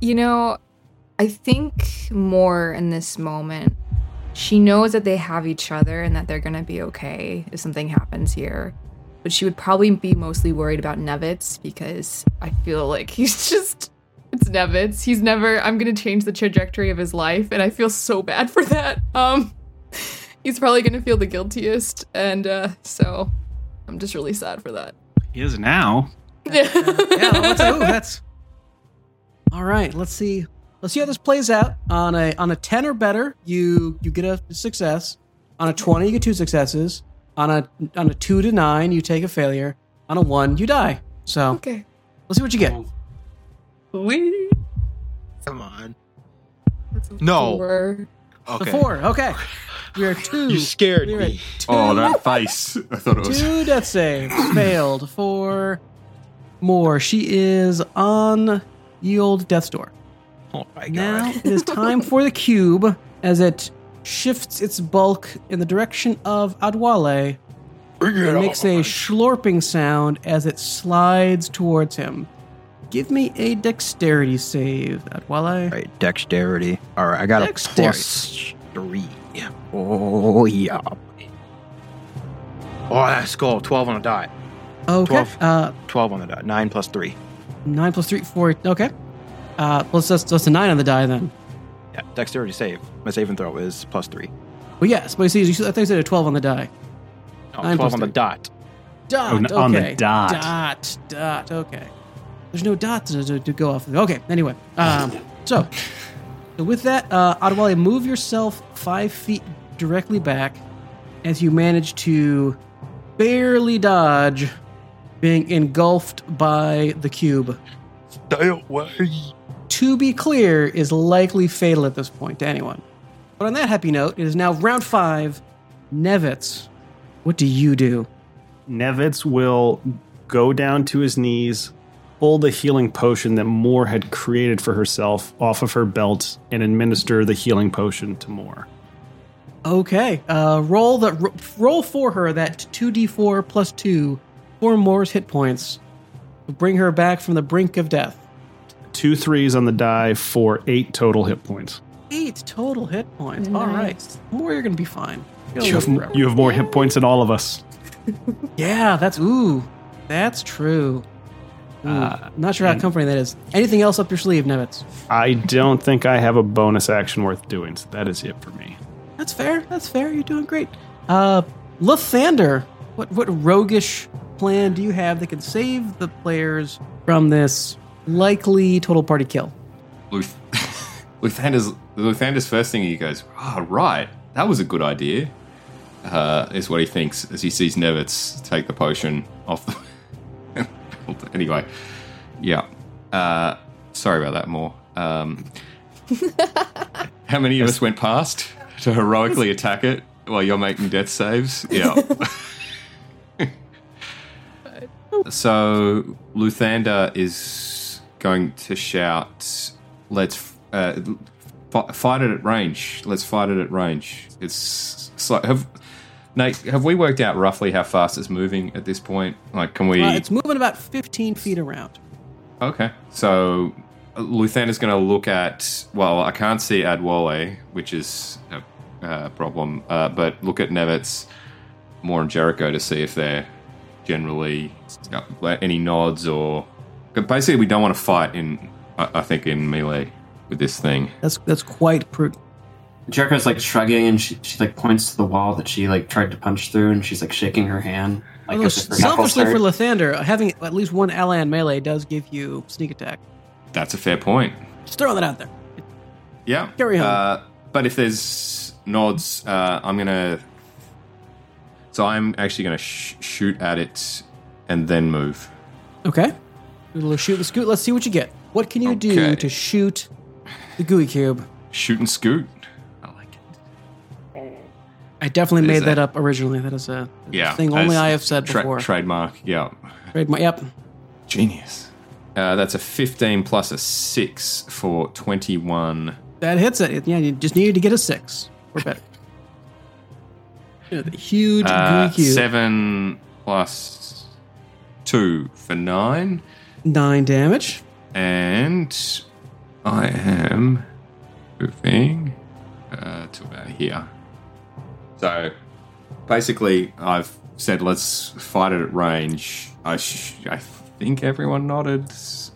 Speaker 8: You know, I think more in this moment. She knows that they have each other and that they're going to be okay if something happens here. But she would probably be mostly worried about Nevitz because I feel like he's just. It's Nevitz. He's never. I'm going to change the trajectory of his life. And I feel so bad for that. Um, He's probably going to feel the guiltiest. And uh, so I'm just really sad for that.
Speaker 3: He is now.
Speaker 2: yeah, let's, ooh, that's all right. Let's see. Let's see how this plays out. On a on a ten or better, you you get a success. On a twenty, you get two successes. On a on a two to nine, you take a failure. On a one, you die. So
Speaker 8: okay.
Speaker 2: let's see what you get.
Speaker 8: We.
Speaker 1: Come on. No.
Speaker 8: Four.
Speaker 1: Okay.
Speaker 2: A four. Okay, we are two.
Speaker 1: You scared
Speaker 2: we are
Speaker 1: me.
Speaker 2: at two,
Speaker 6: oh that face. I thought it was.
Speaker 2: two death saves failed. Four more. She is on yield death's door.
Speaker 1: Oh my
Speaker 2: Now it is time for the cube as it shifts its bulk in the direction of Adwale and makes a slurping sound as it slides towards him. Give me a dexterity save, Adwale.
Speaker 1: All right, dexterity. All right, I got
Speaker 2: Dexterity.
Speaker 1: a plus three. Oh yeah. Oh, that skull. Twelve on a die.
Speaker 2: Okay.
Speaker 1: Twelve.
Speaker 2: Uh,
Speaker 1: Twelve on the die. Nine plus three.
Speaker 2: nine plus three, four. Okay. Uh, plus that's, that's a nine on the die then.
Speaker 1: Yeah, dexterity save. My save and throw is plus three.
Speaker 2: Well, yes, but you see, you see, I think you said a twelve on the die.
Speaker 1: No,
Speaker 2: Nine plus
Speaker 1: Twelve on the
Speaker 2: three.
Speaker 1: dot.
Speaker 2: Dot.
Speaker 3: Oh, n-
Speaker 2: okay.
Speaker 3: on the dot.
Speaker 2: Dot. Dot. Okay. There's no dots to, to, to go off. Of. Okay. Anyway, um, so so with that, uh, Adewale, move yourself five feet directly back as you manage to barely dodge being engulfed by the cube.
Speaker 1: Stay away.
Speaker 2: To be clear, is likely fatal at this point to anyone. But on that happy note, it is now round five. Nevitz, what do you do?
Speaker 3: Nevitz will go down to his knees, pull the healing potion that Moore had created for herself off of her belt, and administer the healing potion to Moore.
Speaker 2: Okay. Uh, roll the ro- roll for her that two d four plus two for Moore's hit points. Bring her back from the brink of death.
Speaker 3: Two threes on the die for eight total hit points.
Speaker 2: Eight total hit points. All right, Moore, you're gonna be fine. You'll
Speaker 3: You
Speaker 2: live
Speaker 3: have,
Speaker 2: forever.
Speaker 3: you have more hit points than all of us.
Speaker 2: Yeah, that's ooh, that's true. Ooh, not sure how comforting that is. Anything else up your sleeve, Nevitz?
Speaker 3: I don't think I have a bonus action worth doing, so that is it for me.
Speaker 2: That's fair. That's fair. You're doing great. Uh, Lathander, what what roguish plan do you have that can save the players from this likely total party kill?
Speaker 6: Luth- Luthander's, Luthander's first thing he goes, ah, right, that was a good idea, uh, is what he thinks as he sees Nevitz take the potion off the. anyway, yeah. Uh, sorry about that, Moore. Um, how many of us went past to heroically attack it while you're making death saves? Yeah. So Luthander is going to shout, "Let's uh, f- fight it at range! Let's fight it at range!" It's, it's like have Nate, have we worked out roughly how fast it's moving at this point? Like, can we?
Speaker 2: Uh, it's moving about 15 feet around.
Speaker 6: Okay. So uh, Luthander's going to look at, well, I can't see Adwale, which is a uh, problem, uh, but look at Nevitz, Moore, and Jericho to see if they're generally got any nods or. But basically, we don't want to fight in, I I think, in melee with this thing.
Speaker 2: That's that's quite prudent.
Speaker 7: Jericho's like shrugging and she, she like points to the wall that she like tried to punch through and she's like shaking her hand. Like
Speaker 2: Although
Speaker 7: as if her knuckles
Speaker 2: selfishly for
Speaker 7: hurt.
Speaker 2: Lathander, having at least one ally in melee does give you sneak attack.
Speaker 6: That's a fair point.
Speaker 2: Just throwing that out there.
Speaker 6: Yeah.
Speaker 2: Carry on.
Speaker 6: Uh, but if there's nods, uh, I'm gonna. So I'm actually gonna sh- shoot at it, and then move.
Speaker 2: Okay. A little shoot and scoot. Let's see what you get. What can you do
Speaker 6: Okay.
Speaker 2: to shoot the gooey cube?
Speaker 6: Shoot and scoot. I like it.
Speaker 2: I definitely
Speaker 6: Is
Speaker 2: made that
Speaker 6: that-
Speaker 2: up originally. That is a
Speaker 6: Yeah.
Speaker 2: thing only
Speaker 6: that's
Speaker 2: I have said
Speaker 6: tra-
Speaker 2: before.
Speaker 6: Trademark. Yeah.
Speaker 2: Trademark- Yep.
Speaker 6: Genius. Uh, that's a 15 plus a 6 for 21.
Speaker 2: That hits it. Yeah, you just needed to get a six or better. Yeah, the huge
Speaker 6: Uh,
Speaker 2: gooey cube.
Speaker 6: 7 plus 2 for 9.
Speaker 2: Nine damage.
Speaker 6: And I am moving uh, to about here. So basically, I've said let's fight it at range. I sh- I think everyone nodded,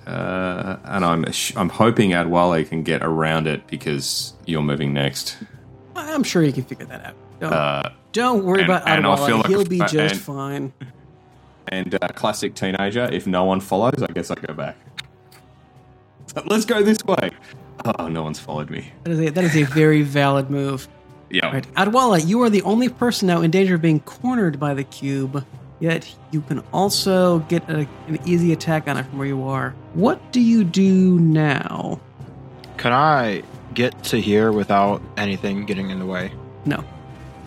Speaker 6: uh, and I'm sh- I'm hoping Adwale can get around it because you're moving next.
Speaker 2: I'm sure you can figure that out. Don't,
Speaker 6: Uh,
Speaker 2: don't worry
Speaker 6: and-
Speaker 2: about
Speaker 6: and I feel
Speaker 2: Adwala.
Speaker 6: like a
Speaker 2: He'll be
Speaker 6: fat
Speaker 2: just
Speaker 6: man.
Speaker 2: fine.
Speaker 6: and uh, classic teenager. If no one follows, I guess I go back. So, let's go this way. Oh, no one's followed me.
Speaker 2: That is a, that is a very valid move.
Speaker 6: Yeah.
Speaker 2: All right, Adwala, you are the only person now in danger of being cornered by the cube. Yet you can also get a, an easy attack on it from where you are. What do you do now?
Speaker 1: Can I get to here without anything getting in the way?
Speaker 2: No.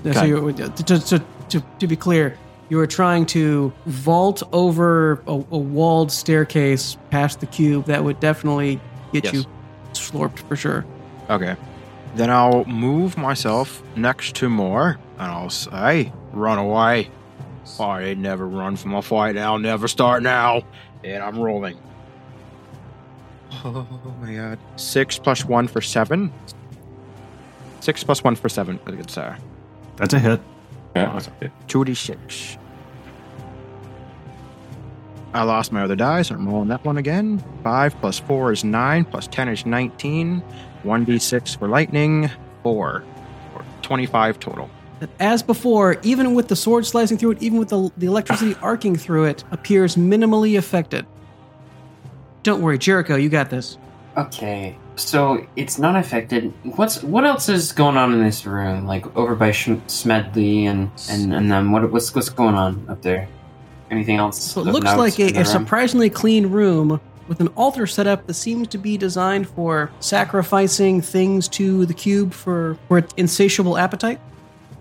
Speaker 2: No, So
Speaker 1: Okay.
Speaker 2: you to, to, to, to be clear, you were trying to vault over a, a walled staircase past the cube. That would definitely get
Speaker 1: Yes.
Speaker 2: you slorped for sure.
Speaker 1: Okay. Then I'll move myself next to more and I'll say, run away. I never run from a fight, and I'll never start now. And I'm rolling. Oh my god. Six plus one for seven. Six plus one for seven. I think it's uh,
Speaker 3: That's a hit.
Speaker 6: Yeah, that's okay.
Speaker 1: 2d6. I lost my other die, so I'm rolling that one again. 5 plus 4 is 9, plus 10 is 19. 1d6 for lightning, 4. Or 25 total.
Speaker 2: That as before, even with the sword slicing through it, even with the, the electricity arcing through it, appears minimally affected. Don't worry, Jericho, you got this.
Speaker 7: Okay, so it's not affected. What's what else is going on in this room? Like over by Sh- Smedley and and and then what what's what's going on up there? Anything else?
Speaker 2: So it
Speaker 7: of
Speaker 2: looks
Speaker 7: note
Speaker 2: like
Speaker 7: in
Speaker 2: a,
Speaker 7: the
Speaker 2: a
Speaker 7: room?
Speaker 2: surprisingly clean room with an altar set up that seems to be designed for sacrificing things to the cube for, for its insatiable appetite.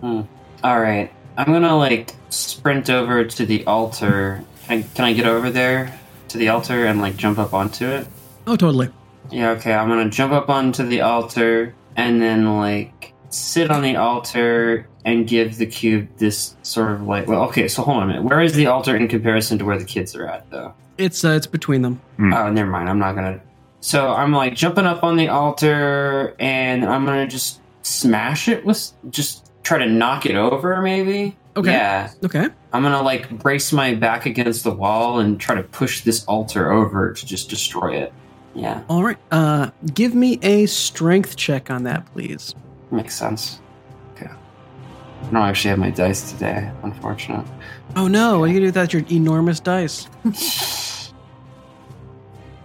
Speaker 7: All right, I'm gonna like sprint over to the altar. Can I, can I get over there to the altar and like jump up onto it?
Speaker 2: Oh, totally.
Speaker 7: Yeah, okay. I'm gonna jump up onto the altar and then like sit on the altar and give the cube this sort of like. Well, okay. So hold on a minute. Where is the altar in comparison to where the kids are at, though?
Speaker 2: It's uh, it's between them.
Speaker 7: Oh, never mind. I'm not gonna. So I'm like jumping up on the altar and I'm gonna just smash it with just try to knock it over, maybe.
Speaker 2: Okay.
Speaker 7: Yeah.
Speaker 2: Okay.
Speaker 7: I'm gonna like brace my back against the wall and try to push this altar over to just destroy it. Yeah,
Speaker 2: All right. Uh, give me a strength check on that, please.
Speaker 7: makes sense. Okay. I don't actually have my dice today, unfortunate.
Speaker 2: Oh no! What are you gonna do without your enormous dice?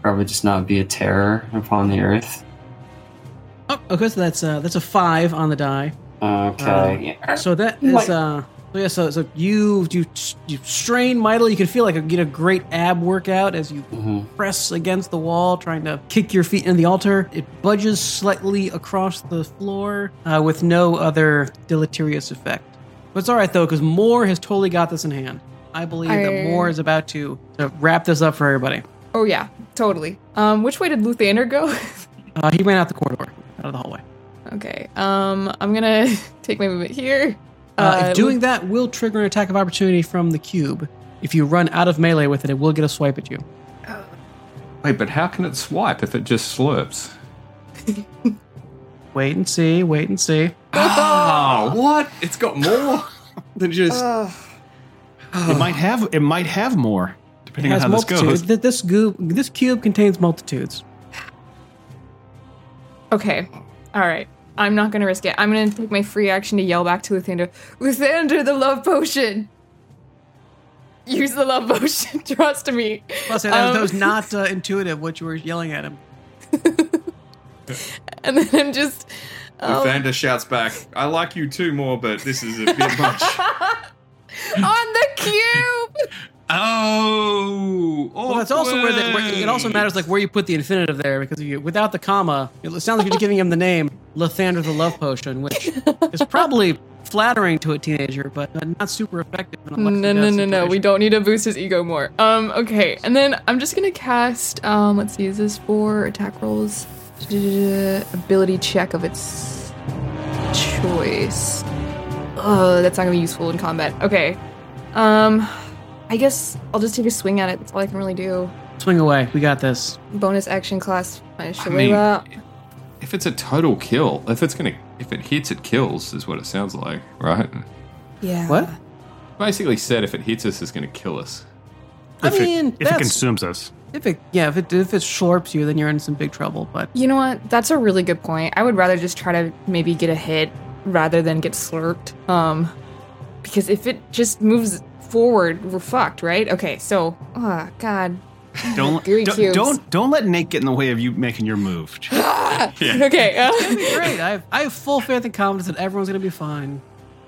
Speaker 7: Probably just not be a terror upon the earth.
Speaker 2: Oh, okay. So that's uh, that's a five on the die.
Speaker 7: Okay. yeah.
Speaker 2: So that
Speaker 7: Like-
Speaker 2: is uh. So yeah. So so you you you strain mightily. You can feel like a, get a great ab workout as you
Speaker 7: Mhm.
Speaker 2: press against the wall, trying to kick your feet in the altar. It budges slightly across the floor uh, with no other deleterious effect. But it's all right though, because Moore has totally got this in hand. I believe that
Speaker 8: I-
Speaker 2: Moore is about to, to wrap this up for everybody.
Speaker 8: Oh yeah, totally. Um, which way did Luthander go?
Speaker 2: Uh, he ran out the corridor, out of the hallway.
Speaker 8: okay. Um, I'm gonna take my movement here.
Speaker 2: Uh, if doing that will trigger an attack of opportunity from the cube. If you run out of melee with it, it will get a swipe at you.
Speaker 6: Wait, but how can it swipe if it just slurps?
Speaker 2: Wait and see. Wait and see.
Speaker 6: Oh, what? It's got more than just.
Speaker 3: It might have it might have more,
Speaker 2: It
Speaker 3: depending on
Speaker 2: has
Speaker 3: how this
Speaker 2: multitudes.
Speaker 3: goes.
Speaker 2: Th- This, goo- this cube contains multitudes.
Speaker 8: Okay. All right. I'm not gonna risk it. I'm gonna take my free action to yell back to Luthander. Luthander, the love potion. Use the love potion. Trust me.
Speaker 2: Plus, that,
Speaker 8: Um,
Speaker 2: that was not uh, intuitive what you were yelling at him.
Speaker 8: And then I'm just. Um,
Speaker 6: Evander shouts back, I like you too more, but this is a bit much.
Speaker 8: on the cube.
Speaker 6: Oh!
Speaker 2: Well, that's also where, the, where it also matters, like where you put the infinitive there, because if you, without the comma, it sounds like you're just giving him the name Lathander the Love Potion, which is probably flattering to a teenager, but but not super effective. in a
Speaker 8: No,
Speaker 2: life
Speaker 8: no,
Speaker 2: and death
Speaker 8: no, no, no. We
Speaker 2: situation.
Speaker 8: don't need to boost his ego more. Um. Okay. And then I'm just gonna cast. Um. Let's see. Is this for attack rolls? Ability check of its choice. Oh, that's not gonna be useful in combat. Okay. Um. I guess I'll just take a swing at it. That's all I can really do.
Speaker 2: swing away. We got this.
Speaker 8: Bonus action class. My
Speaker 6: I mean,
Speaker 8: shillelagh.
Speaker 6: if it's a total kill, if it's gonna, if it hits, it kills, is what it sounds like, right?
Speaker 8: yeah.
Speaker 2: What?
Speaker 6: Basically said, if it hits us, it's gonna kill us.
Speaker 2: I mean,
Speaker 3: if it
Speaker 2: that's-
Speaker 3: consumes us.
Speaker 2: If it, yeah, if it if it slurps you, then you're in some big trouble. But
Speaker 8: You know what? That's a really good point. I would rather just try to maybe get a hit rather than get slurped. Um, because if it just moves forward, we're fucked, right? Okay, so, oh god.
Speaker 3: Don't
Speaker 8: Gooey
Speaker 3: don't,
Speaker 8: cubes.
Speaker 3: don't don't let Nate get in the way of you making your move.
Speaker 8: Okay, uh,
Speaker 2: great, I have, I have full faith and confidence that everyone's gonna be fine.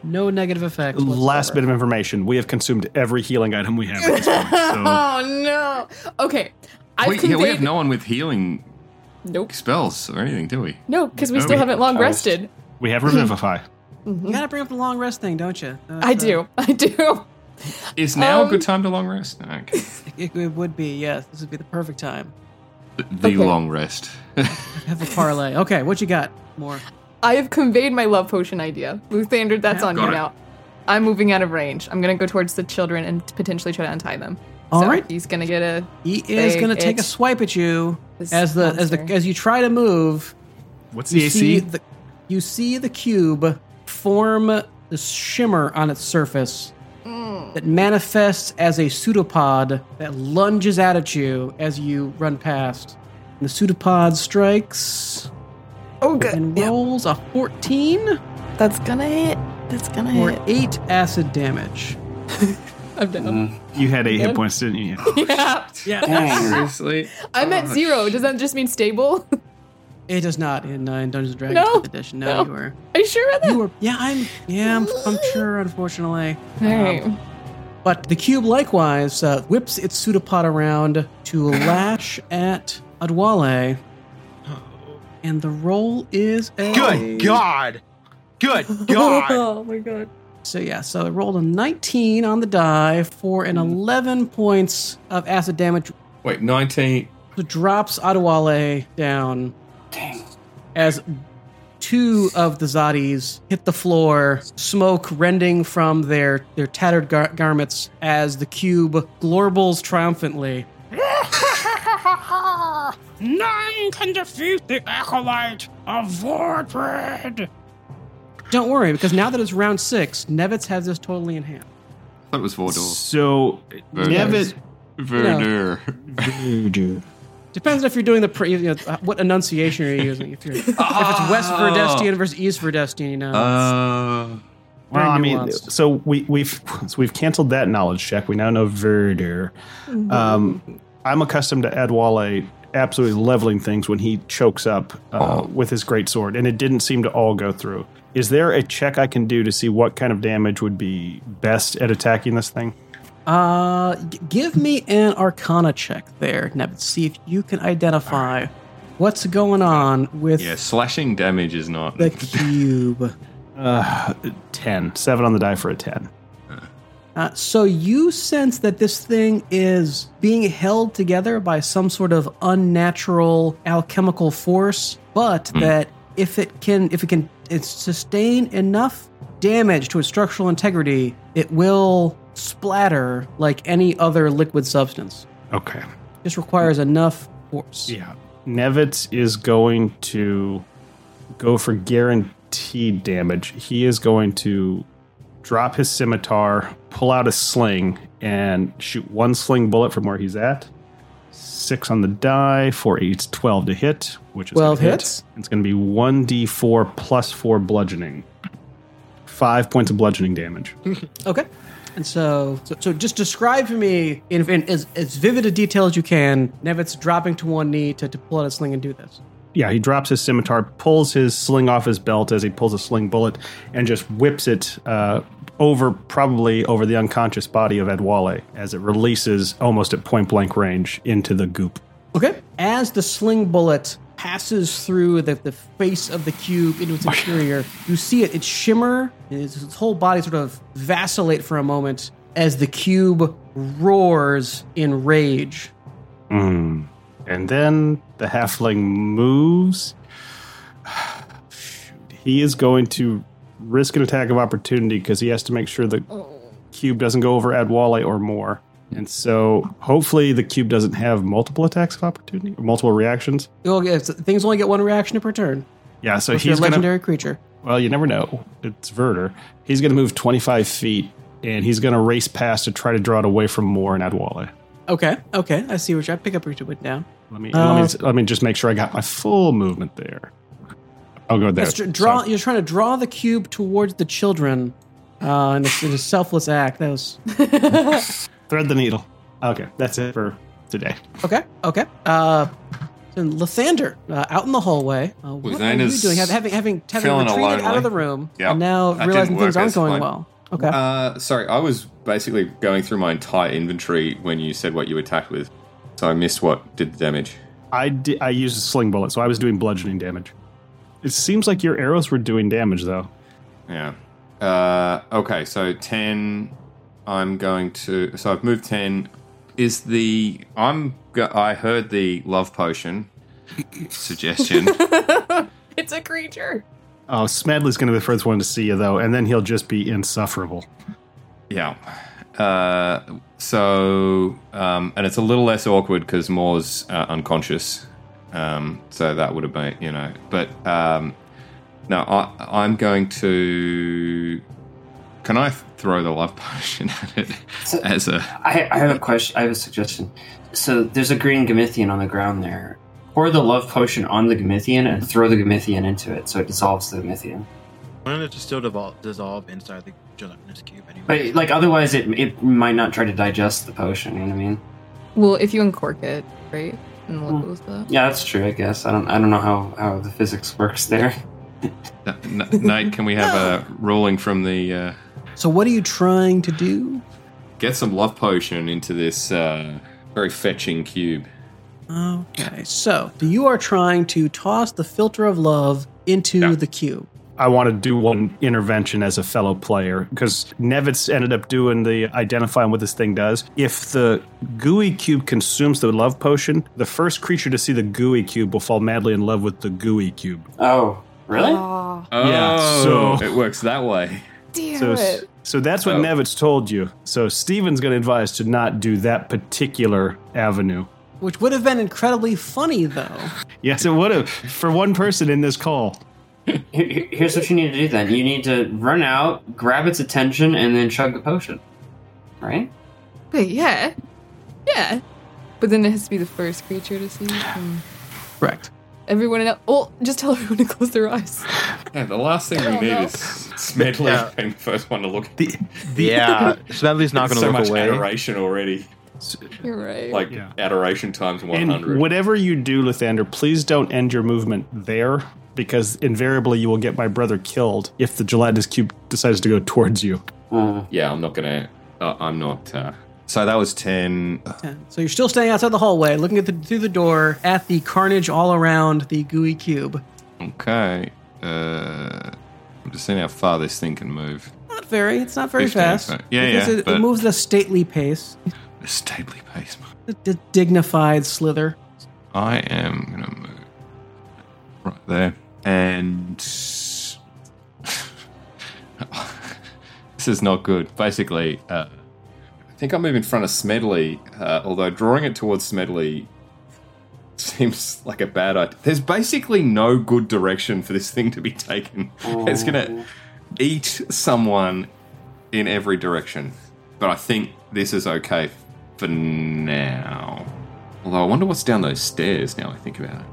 Speaker 2: No negative effects.
Speaker 3: Last
Speaker 2: whatsoever.
Speaker 3: bit of information: we have consumed every healing item we have at this point. So
Speaker 8: oh no. Okay, I've
Speaker 6: We, yeah, we have
Speaker 8: conveyed.
Speaker 6: no one with healing
Speaker 8: Nope.
Speaker 6: spells or anything, do we?
Speaker 8: No, because we
Speaker 6: No,
Speaker 8: still
Speaker 6: Oh, we-
Speaker 8: haven't long
Speaker 6: I was-
Speaker 8: rested.
Speaker 3: we have revivify.
Speaker 2: You gotta bring up the long rest thing, don't you? Uh,
Speaker 8: I do. I do.
Speaker 6: Is now
Speaker 8: Um,
Speaker 6: a good time to long rest? No, okay.
Speaker 2: It, it would be yes. This would be the perfect time.
Speaker 6: The
Speaker 8: Okay.
Speaker 6: long rest.
Speaker 2: Have a parlay. Okay, what you got? More.
Speaker 8: I have conveyed my love potion idea. Luthander, that's on
Speaker 6: Got
Speaker 8: you
Speaker 6: it.
Speaker 8: now. I'm moving out of range. I'm gonna go towards the children and potentially try to untie them.
Speaker 2: All
Speaker 8: so
Speaker 2: right.
Speaker 8: He's gonna get a.
Speaker 2: He is
Speaker 8: They-
Speaker 2: going to take a
Speaker 8: it's-
Speaker 2: swipe at you
Speaker 8: This
Speaker 2: as the as the
Speaker 8: monster.
Speaker 2: as you try to move.
Speaker 4: What's
Speaker 2: You
Speaker 4: the
Speaker 2: see
Speaker 4: AC?
Speaker 2: the you see the cube form this shimmer on its surface
Speaker 8: Mm.
Speaker 2: that manifests as a pseudopod that lunges out at you as you run past. And the pseudopod strikes
Speaker 8: Oh, good.
Speaker 2: and rolls a 14
Speaker 9: That's gonna hit. That's gonna
Speaker 2: or
Speaker 9: hit.
Speaker 2: 8 acid damage.
Speaker 8: I'm down.
Speaker 3: You had eight hit points, didn't you?
Speaker 8: Yeah.
Speaker 7: Dang.
Speaker 6: Seriously?
Speaker 8: I'm at zero. Does that just mean stable?
Speaker 2: It does not in, uh, in Dungeons and Dragons
Speaker 8: No.
Speaker 2: 5th edition. No,
Speaker 8: No.
Speaker 2: you were.
Speaker 8: Are you sure about that?
Speaker 2: You were. Yeah, I'm. Yeah, I'm, I'm sure. Unfortunately,
Speaker 8: All right.
Speaker 2: But the cube likewise uh, whips its pseudopod around to lash at Adwale. And the roll is a.
Speaker 1: Good God! Good God!
Speaker 9: Oh my god.
Speaker 2: So, yeah, so it rolled a 19 on the die for an 11 points of acid damage,
Speaker 6: Wait, 19.
Speaker 2: which drops Adwale down. As two of the Zadis hit the floor, smoke rending from their, their tattered gar- garments as the cube glorbles triumphantly.
Speaker 5: None can defeat the acolyte of Vordred.
Speaker 2: Don't worry, because now that it's round six, Nevitz has this totally in hand.
Speaker 6: I thought it was Vordor.
Speaker 3: So
Speaker 6: Very
Speaker 3: Nevit,
Speaker 6: Verdure.
Speaker 2: Depends if you're doing the pre, you know, uh, what enunciation you're using. If, you're, if it's West
Speaker 6: Oh.
Speaker 2: Verdestian versus East Verdestian, you know.
Speaker 6: Uh,
Speaker 3: well, I
Speaker 2: Very
Speaker 3: mean,
Speaker 2: nuanced.
Speaker 3: so we, we've so we've canceled that knowledge check. We now know Verder.
Speaker 2: Mm-hmm.
Speaker 3: Um, I'm accustomed to Adwale absolutely leveling things when he chokes up uh, with his great sword, and it didn't seem to all go through. Is there a check I can do to see what kind of damage would be best at attacking this thing?
Speaker 2: Uh, g- give me an Arcana check there, Nevitz. See if you can identify what's going on with
Speaker 6: yeah, slashing damage is not.
Speaker 2: the cube.
Speaker 3: Uh, 10. 7 on the die for a 10.
Speaker 2: Uh, so you sense that this thing is being held together by some sort of unnatural alchemical force, but that if it can, if it can, it sustain enough damage to its structural integrity, it will splatter like any other liquid substance.
Speaker 3: Okay.
Speaker 2: Just requires enough force.
Speaker 3: Yeah. Nevitz is going to go for guaranteed damage. He is going to drop his scimitar, pull out a sling, and shoot one sling bullet from where he's at. Six on the die, four, eight, 12 to hit, which is
Speaker 2: 12
Speaker 3: gonna hit.
Speaker 2: hits?
Speaker 3: It's going to be 1d4 plus 4 bludgeoning. Five points of bludgeoning damage.
Speaker 2: Okay. And so, so, so just describe for me in, in as, as vivid a detail as you can. Nevitz dropping to one knee to, to pull out a sling and do this.
Speaker 3: yeah, he drops his scimitar, pulls his sling off his belt as he pulls a sling bullet, and just whips it uh, over, probably over the unconscious body of Edwale as it releases almost at point blank range into the goop.
Speaker 2: Okay. As the sling bullet passes through the, the face of the cube into its interior, you see it, it shimmer, and its, its whole body sort of vacillate for a moment as the cube roars in rage.
Speaker 3: Mm. And then the halfling moves. Shoot. He is going to risk an attack of opportunity because he has to make sure the cube doesn't go over Adwale or more. And so hopefully the cube doesn't have multiple attacks of opportunity or multiple reactions.
Speaker 2: You'll get- things only get one reaction per turn.
Speaker 3: Yeah, so
Speaker 2: If you're a
Speaker 3: he's gonna.
Speaker 2: legendary creature.
Speaker 3: Well, you never know. It's Verder. He's gonna move 25 feet, and he's gonna race past to try to draw it away from Moore and Adwale.
Speaker 2: Okay. Okay. I see what you're. I pick up what you put down.
Speaker 3: Let me
Speaker 2: Uh,
Speaker 3: let me let me just make sure I got my full movement there. I'll go there.
Speaker 2: It's dr- draw,
Speaker 3: So,
Speaker 2: You're trying to draw the cube towards the children uh, in, a, in a selfless act. That was
Speaker 3: thread the needle. Okay, that's it for today.
Speaker 2: Okay. Okay. Uh, then Lathander uh, out in the hallway. Uh, what are you
Speaker 6: Lathander's
Speaker 2: doing? Hav- Having having having
Speaker 6: feeling
Speaker 2: retreated out
Speaker 6: lonely.
Speaker 2: of the room
Speaker 6: Yep.
Speaker 2: and now
Speaker 6: That
Speaker 2: realizing
Speaker 6: didn't
Speaker 2: things
Speaker 6: work
Speaker 2: aren't
Speaker 6: as
Speaker 2: going
Speaker 6: planned.
Speaker 2: well. Okay.
Speaker 6: Uh, sorry, I was basically going through my entire inventory when you said what you attacked with, so I missed what did the damage.
Speaker 3: I di- I used a sling bullet, so I was doing bludgeoning damage. It seems like your arrows were doing damage though.
Speaker 6: Yeah. Uh, okay, so 10. I'm going to. So I've moved 10. is the I'm go- I heard the love potion suggestion.
Speaker 8: It's a creature.
Speaker 3: Oh, Smedley's going to be the first one to see you, though, and then he'll just be insufferable.
Speaker 6: Yeah. Uh, so, um, and it's a little less awkward because Moore's uh, unconscious. Um, so that would have been, you know. But um, no, I, I'm going to. Can I throw the love potion at it as a?
Speaker 7: I, I have a question. I have a suggestion. So there's a green Gamithian on the ground there. Pour the love potion on the Gamithian and throw the Gamithian into it so it dissolves the Gamithian.
Speaker 1: Why don't it just still devolve, dissolve inside the gelatinous cube anyway?
Speaker 7: But like otherwise, it it might not try to digest the potion. You know what I mean?
Speaker 8: Well, if you uncork it, right? And what was that?
Speaker 7: Yeah, that's true. I guess I don't I don't know how how the physics works there.
Speaker 6: N- N- Nate, can we have a ruling from the? Uh,
Speaker 2: So what are you trying to do?
Speaker 6: get some love potion into this uh, very fetching cube.
Speaker 2: Okay, so you are trying to toss the filter of love into
Speaker 6: Yeah.
Speaker 2: the cube.
Speaker 3: I want to do one intervention as a fellow player because Nevitz ended up doing the identifying what this thing does. If the gooey cube consumes the love potion, the first creature to see the gooey cube will fall madly in love with the gooey cube.
Speaker 7: Oh, really?
Speaker 8: Oh,
Speaker 3: Yeah, so-
Speaker 6: it works that way.
Speaker 8: damn
Speaker 3: So,
Speaker 8: it.
Speaker 3: so that's what
Speaker 6: Oh.
Speaker 3: Nevitz told you. So Steven's going to advise to not do that particular avenue.
Speaker 2: Which would have been incredibly funny, though.
Speaker 3: Yes, it would have for one person in this call.
Speaker 7: Here- here- Here's what you need to do then. You need to run out, grab its attention, and then chug the potion. Right?
Speaker 8: Wait, yeah. Yeah. But then it has to be the first creature to see. Hmm.
Speaker 2: Correct.
Speaker 8: Everyone else. Well, just tell everyone to close their eyes.
Speaker 6: Yeah, the last thing we need is Smedley
Speaker 1: Yeah.
Speaker 6: being the first one to look.
Speaker 3: The,
Speaker 1: yeah, Smedley's not going to
Speaker 6: so
Speaker 1: look
Speaker 6: much
Speaker 1: away.
Speaker 6: adoration already,
Speaker 8: You're right.
Speaker 6: like
Speaker 3: Yeah.
Speaker 6: adoration times one
Speaker 3: And
Speaker 6: hundred.
Speaker 3: whatever you do, Lathander, please don't end your movement there because invariably you will get my brother killed if the gelatinous cube decides to go towards you.
Speaker 7: Hmm.
Speaker 6: yeah, I'm not gonna. Uh, I'm not. Uh, so that was ten.
Speaker 2: Okay, So you're still standing outside the hallway, looking at the, through the door at the carnage all around the gooey cube.
Speaker 6: Okay. Uh, I'm just seeing how far this thing can move.
Speaker 2: Not very. It's not very
Speaker 6: 15,
Speaker 2: fast.
Speaker 6: so- yeah,
Speaker 2: because
Speaker 6: yeah,
Speaker 2: It, it
Speaker 6: but-
Speaker 2: moves at a stately pace,
Speaker 6: A stably pace.
Speaker 2: a d- dignified slither.
Speaker 6: I am gonna move right there, and this is not good. Basically, uh, I think I move in front of Smedley, uh, although drawing it towards Smedley seems like a bad idea. There's basically no good direction for this thing to be taken. It's gonna eat someone in every direction, but I think this is okay for now. Although I wonder what's down those stairs now I think about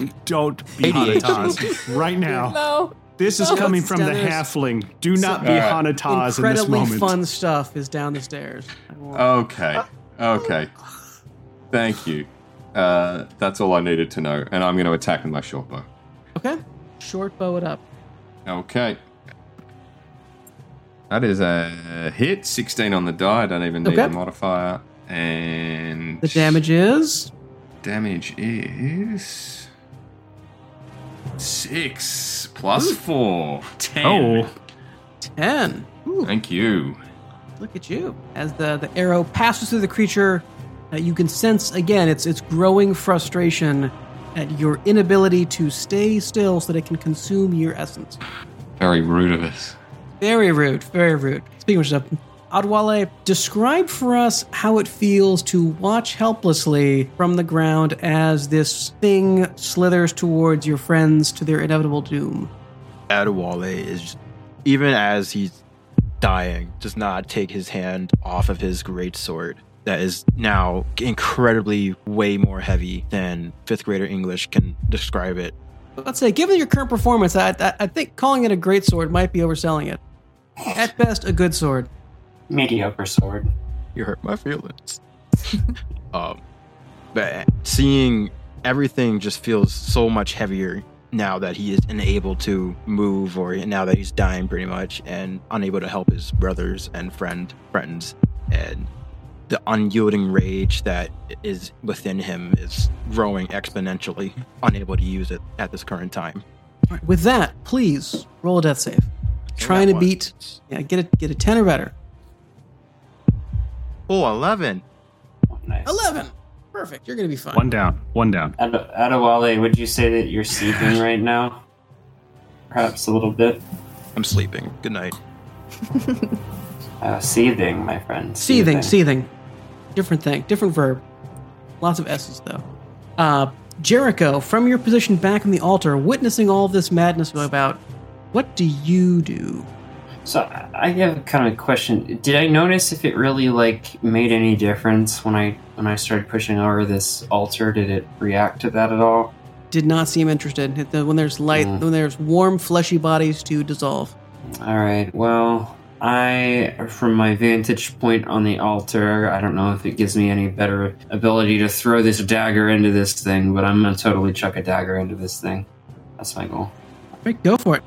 Speaker 6: it.
Speaker 3: Don't be Hanataz right now.
Speaker 8: no.
Speaker 3: This is
Speaker 8: No,
Speaker 3: coming
Speaker 8: it's
Speaker 3: from the
Speaker 8: down there.
Speaker 3: halfling. Do not be Hanataz
Speaker 6: Alright.
Speaker 3: in this
Speaker 2: Incredibly
Speaker 3: moment.
Speaker 2: fun stuff is down the stairs.
Speaker 6: Okay. Okay. Thank you. Uh, that's all I needed to know. And I'm going to attack with my short bow.
Speaker 2: Okay, short bow it up.
Speaker 6: Okay. That is a hit. 16 on the die. I don't even need
Speaker 2: Okay.
Speaker 6: a modifier. And
Speaker 2: The damage is
Speaker 6: damage is six plus four. Ten.
Speaker 3: Oh,
Speaker 2: ten. Ooh,
Speaker 6: Thank you.
Speaker 2: look at you! As the the arrow passes through the creature, uh, you can sense again its its growing frustration at your inability to stay still so that it can consume your essence.
Speaker 6: Very rude of us.
Speaker 2: Very rude. Very rude. Speaking of stuff, Adwale, describe for us how it feels to watch helplessly from the ground as this thing slithers towards your friends to their inevitable doom.
Speaker 1: Adewale is, even as he's dying, does not take his hand off of his great sword that is now incredibly way more heavy than fifth grader English can describe it.
Speaker 2: Let's say, given your current performance, I, I, I think calling it a great sword might be overselling it. At best, a good sword.
Speaker 7: Mediocre sword.
Speaker 1: You hurt my feelings. um, but seeing everything just feels so much heavier now that he is unable to move or now that he's dying pretty much and unable to help his brothers and friend friends and the unyielding rage that is within him is growing exponentially unable to use it at this current time
Speaker 2: With that, please roll a death save. Trying to
Speaker 1: That one.
Speaker 2: beat, yeah, get a, get a 10 or better.
Speaker 1: oh 11
Speaker 7: Nice.
Speaker 2: 11. Perfect. You're going to be fine.
Speaker 3: One down. One down.
Speaker 7: Ad- Adewale, would you say that you're sleeping right now? Perhaps a little bit.
Speaker 1: I'm sleeping. Good night.
Speaker 7: Uh, seething, my friend.
Speaker 2: Seething, seething. Different thing, different verb. Lots of S's, though. Uh, Jericho, from your position back in the altar, witnessing all this madness go about, what do you do?
Speaker 7: So I- I have kind of a question. Did I notice if it really like made any difference when I when I started pushing over this altar? Did it react to that at all?
Speaker 2: Did not seem interested. Hit the- When there's light,
Speaker 7: Mm.
Speaker 2: when there's warm, fleshy bodies to dissolve.
Speaker 7: All right. Well, I from my vantage point on the altar, I don't know if it gives me any better ability to throw this dagger into this thing, but I'm gonna totally chuck a dagger into this thing. That's my goal.
Speaker 2: Right, go for it.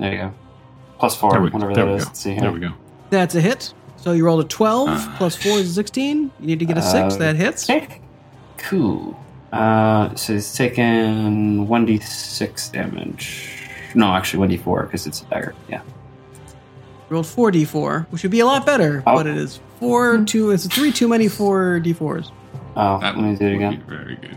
Speaker 7: There you go. Plus four,
Speaker 3: There we,
Speaker 7: whatever
Speaker 3: there
Speaker 7: that
Speaker 3: we
Speaker 7: is.
Speaker 3: go.
Speaker 7: Let's see here.
Speaker 3: There we go.
Speaker 2: That's a hit. So you rolled a 12, plus 4 is 16. You need to get a 6.
Speaker 7: Uh,
Speaker 2: that hits.
Speaker 7: Okay. Cool. Uh, so it's taken 1d6 damage. No, actually 1d4 because it's a dagger. Yeah.
Speaker 2: rolled 4d4, which would be a lot better,
Speaker 7: Oh.
Speaker 2: but it is 4, 2, it's 3 too many 4d4s.
Speaker 7: Oh,
Speaker 6: That
Speaker 7: let me do it
Speaker 6: would be
Speaker 7: again.
Speaker 6: Very good.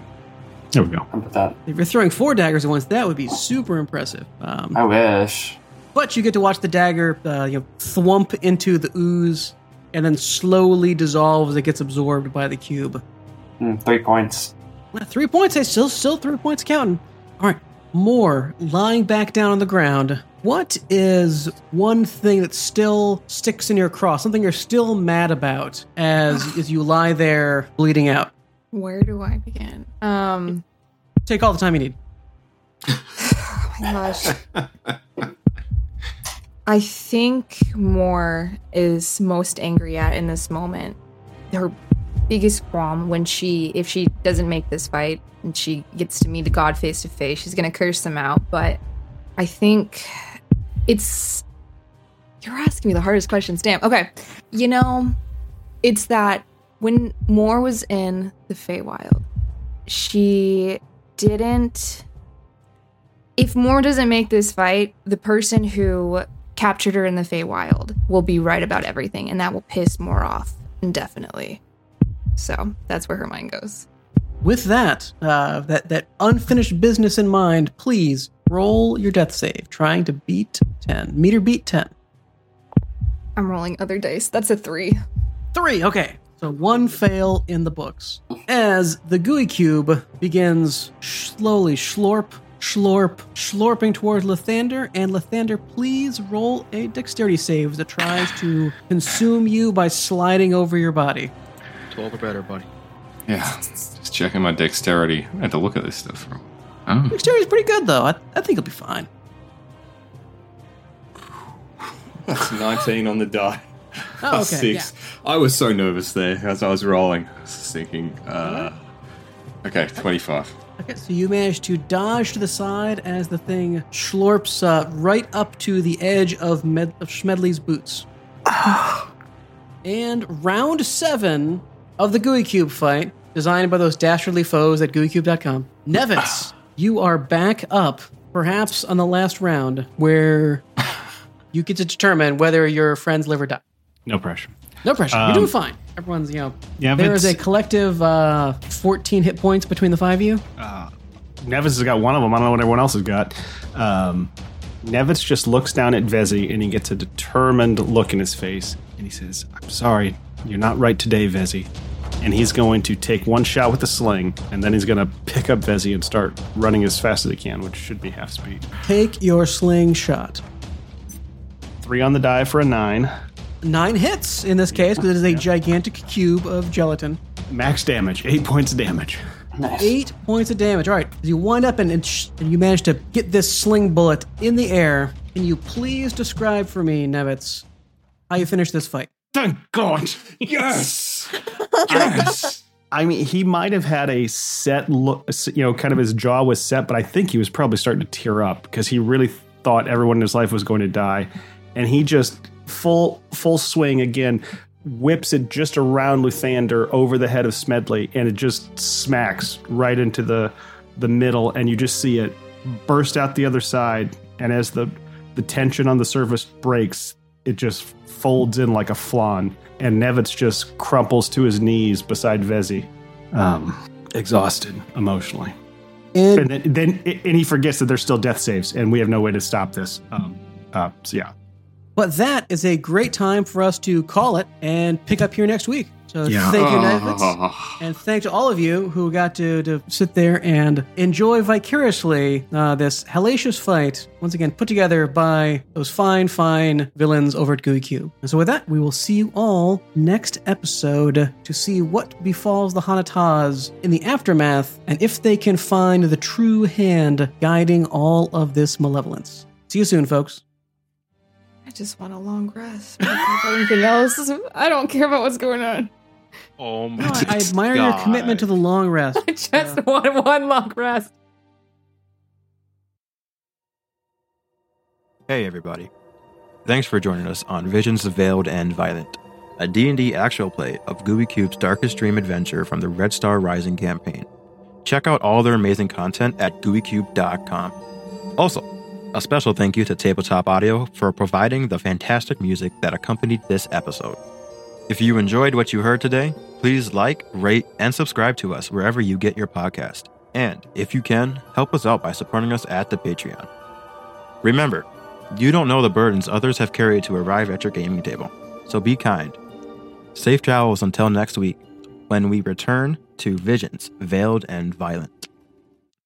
Speaker 3: There we go.
Speaker 7: How about that?
Speaker 2: If you're throwing 4 daggers at once, that would be super impressive. Um,
Speaker 7: I wish.
Speaker 2: But you get to watch the dagger, uh, you know, thwump into the ooze, and then slowly dissolve as it gets absorbed by the cube.
Speaker 7: Mm, three points.
Speaker 2: Well, Three points. Hey, still, still three points counting. All right, more lying back down on the ground. What is one thing that still sticks in your cross? Something you're still mad about as as you lie there bleeding out.
Speaker 8: Where do I begin? Um,
Speaker 2: Take all the time you need.
Speaker 8: gosh. I think Moore is most angry at in this moment. Her biggest qualm when she, if she doesn't make this fight and she gets to meet God face to face, she's gonna curse him out. But I think it's. You're asking me the hardest questions. Damn. Okay. You know, it's that when Moore was in the Feywild, she didn't if Moore doesn't make this fight, the person who captured her in the Feywild will be right about everything, and that will piss Moore off indefinitely. So that's where her mind goes.
Speaker 2: With that, uh, that that unfinished business in mind, please roll your death save, trying to beat ten. Meter beat ten.
Speaker 8: I'm rolling other dice. That's a three.
Speaker 2: Three. Okay. So one fail in the books. As the gooey cube begins slowly slorp, slorp, slorping towards Lathander, and Lathander, please roll a dexterity save as it tries to consume you by sliding over your body.
Speaker 1: 12 or better, buddy.
Speaker 6: Yeah. Just checking my dexterity. I had to look at this stuff for a while. Oh.
Speaker 2: Dexterity's pretty good though. I, I think it'll be fine.
Speaker 6: That's 19 on the die.
Speaker 2: Oh,
Speaker 6: Plus
Speaker 2: okay.
Speaker 6: six. I was so nervous there as I was rolling. I was thinking, uh, okay, 25.
Speaker 2: Okay, so you manage to dodge to the side as the thing slorps uh, right up to the edge of, Med- of Schmedley's boots. and round seven of the GUI Cube fight, designed by those dastardly foes at GUICube.com. Nevitz, you are back up, perhaps on the last round, where you get to determine whether your friends live or die.
Speaker 3: No pressure.
Speaker 2: No pressure.
Speaker 3: Um,
Speaker 2: You're doing fine. Everyone's, you know,
Speaker 3: Yeah,
Speaker 2: there
Speaker 3: Vince-
Speaker 2: is a collective uh, 14 hit points between the five of you.
Speaker 3: Nevis has got one of them. I don't know what everyone else has got. Um, Nevis just looks down at Vezi and he gets a determined look in his face and he says, I'm sorry, you're not right today, Vezi. And he's going to take one shot with the sling and then he's going to pick up Vezi and start running as fast as he can, which should be half speed.
Speaker 2: Take your slingshot.
Speaker 3: Three on the die for a nine.
Speaker 2: Nine hits in this case because it is a gigantic cube of gelatin.
Speaker 3: Max damage, eight points of damage.
Speaker 2: Eight points of damage. All right, as you wind up and, and, sh- and you manage to get this sling bullet in the air. Can you please describe for me, Nevitz, how you finish this fight?
Speaker 3: Thank God. Yes. yes. I mean, he might have had a set look, you know, kind of his jaw was set, but I think he was probably starting to tear up because he really thought everyone in his life was going to die. And he just full full swing again, whips it just around Luthander over the head of Smedley, and it just smacks right into the the middle, and you just see it burst out the other side. And as the the tension on the surface breaks, it just folds in like a flan, and Nevitz just crumples to his knees beside Vezi, um, exhausted emotionally. And
Speaker 2: And
Speaker 3: then, then and he forgets that there's still death saves, and we have no way to stop this. Um, uh, so yeah,
Speaker 2: but that is a great time for us to call it and pick up here next week. So thank
Speaker 6: Oh.
Speaker 2: you,
Speaker 6: Ah.
Speaker 2: Netflix. And thank to all of you who got to, to sit there and enjoy vicariously uh, this hellacious fight, once again put together by those fine, fine villains over at GUI Cube. And so, with that, we will see you all next episode to see what befalls the Hanatas in the aftermath and if they can find the true hand guiding all of this malevolence. See you soon, folks.
Speaker 8: I just want a long rest. I don't care about anything else. I don't care about what's going on.
Speaker 1: Oh my
Speaker 2: I admire your commitment to the long rest.
Speaker 8: I just want one long rest.
Speaker 1: Hey everybody. Thanks for joining us on Visions of Veiled and Violent, a D&D actual play of Gooby Cube's darkest dream adventure from the Red Star Rising campaign. Check out all their amazing content at gooeycube.com. Also, a special thank you to Tabletop Audio for providing the fantastic music that accompanied this episode. If you enjoyed what you heard today, please like, rate, and subscribe to us wherever you get your podcast. And if you can, help us out by supporting us at the Patreon. Remember, you don't know the burdens others have carried to arrive at your gaming table, so be kind. Safe travels until next week, when we return to Visions, Veiled and Violent.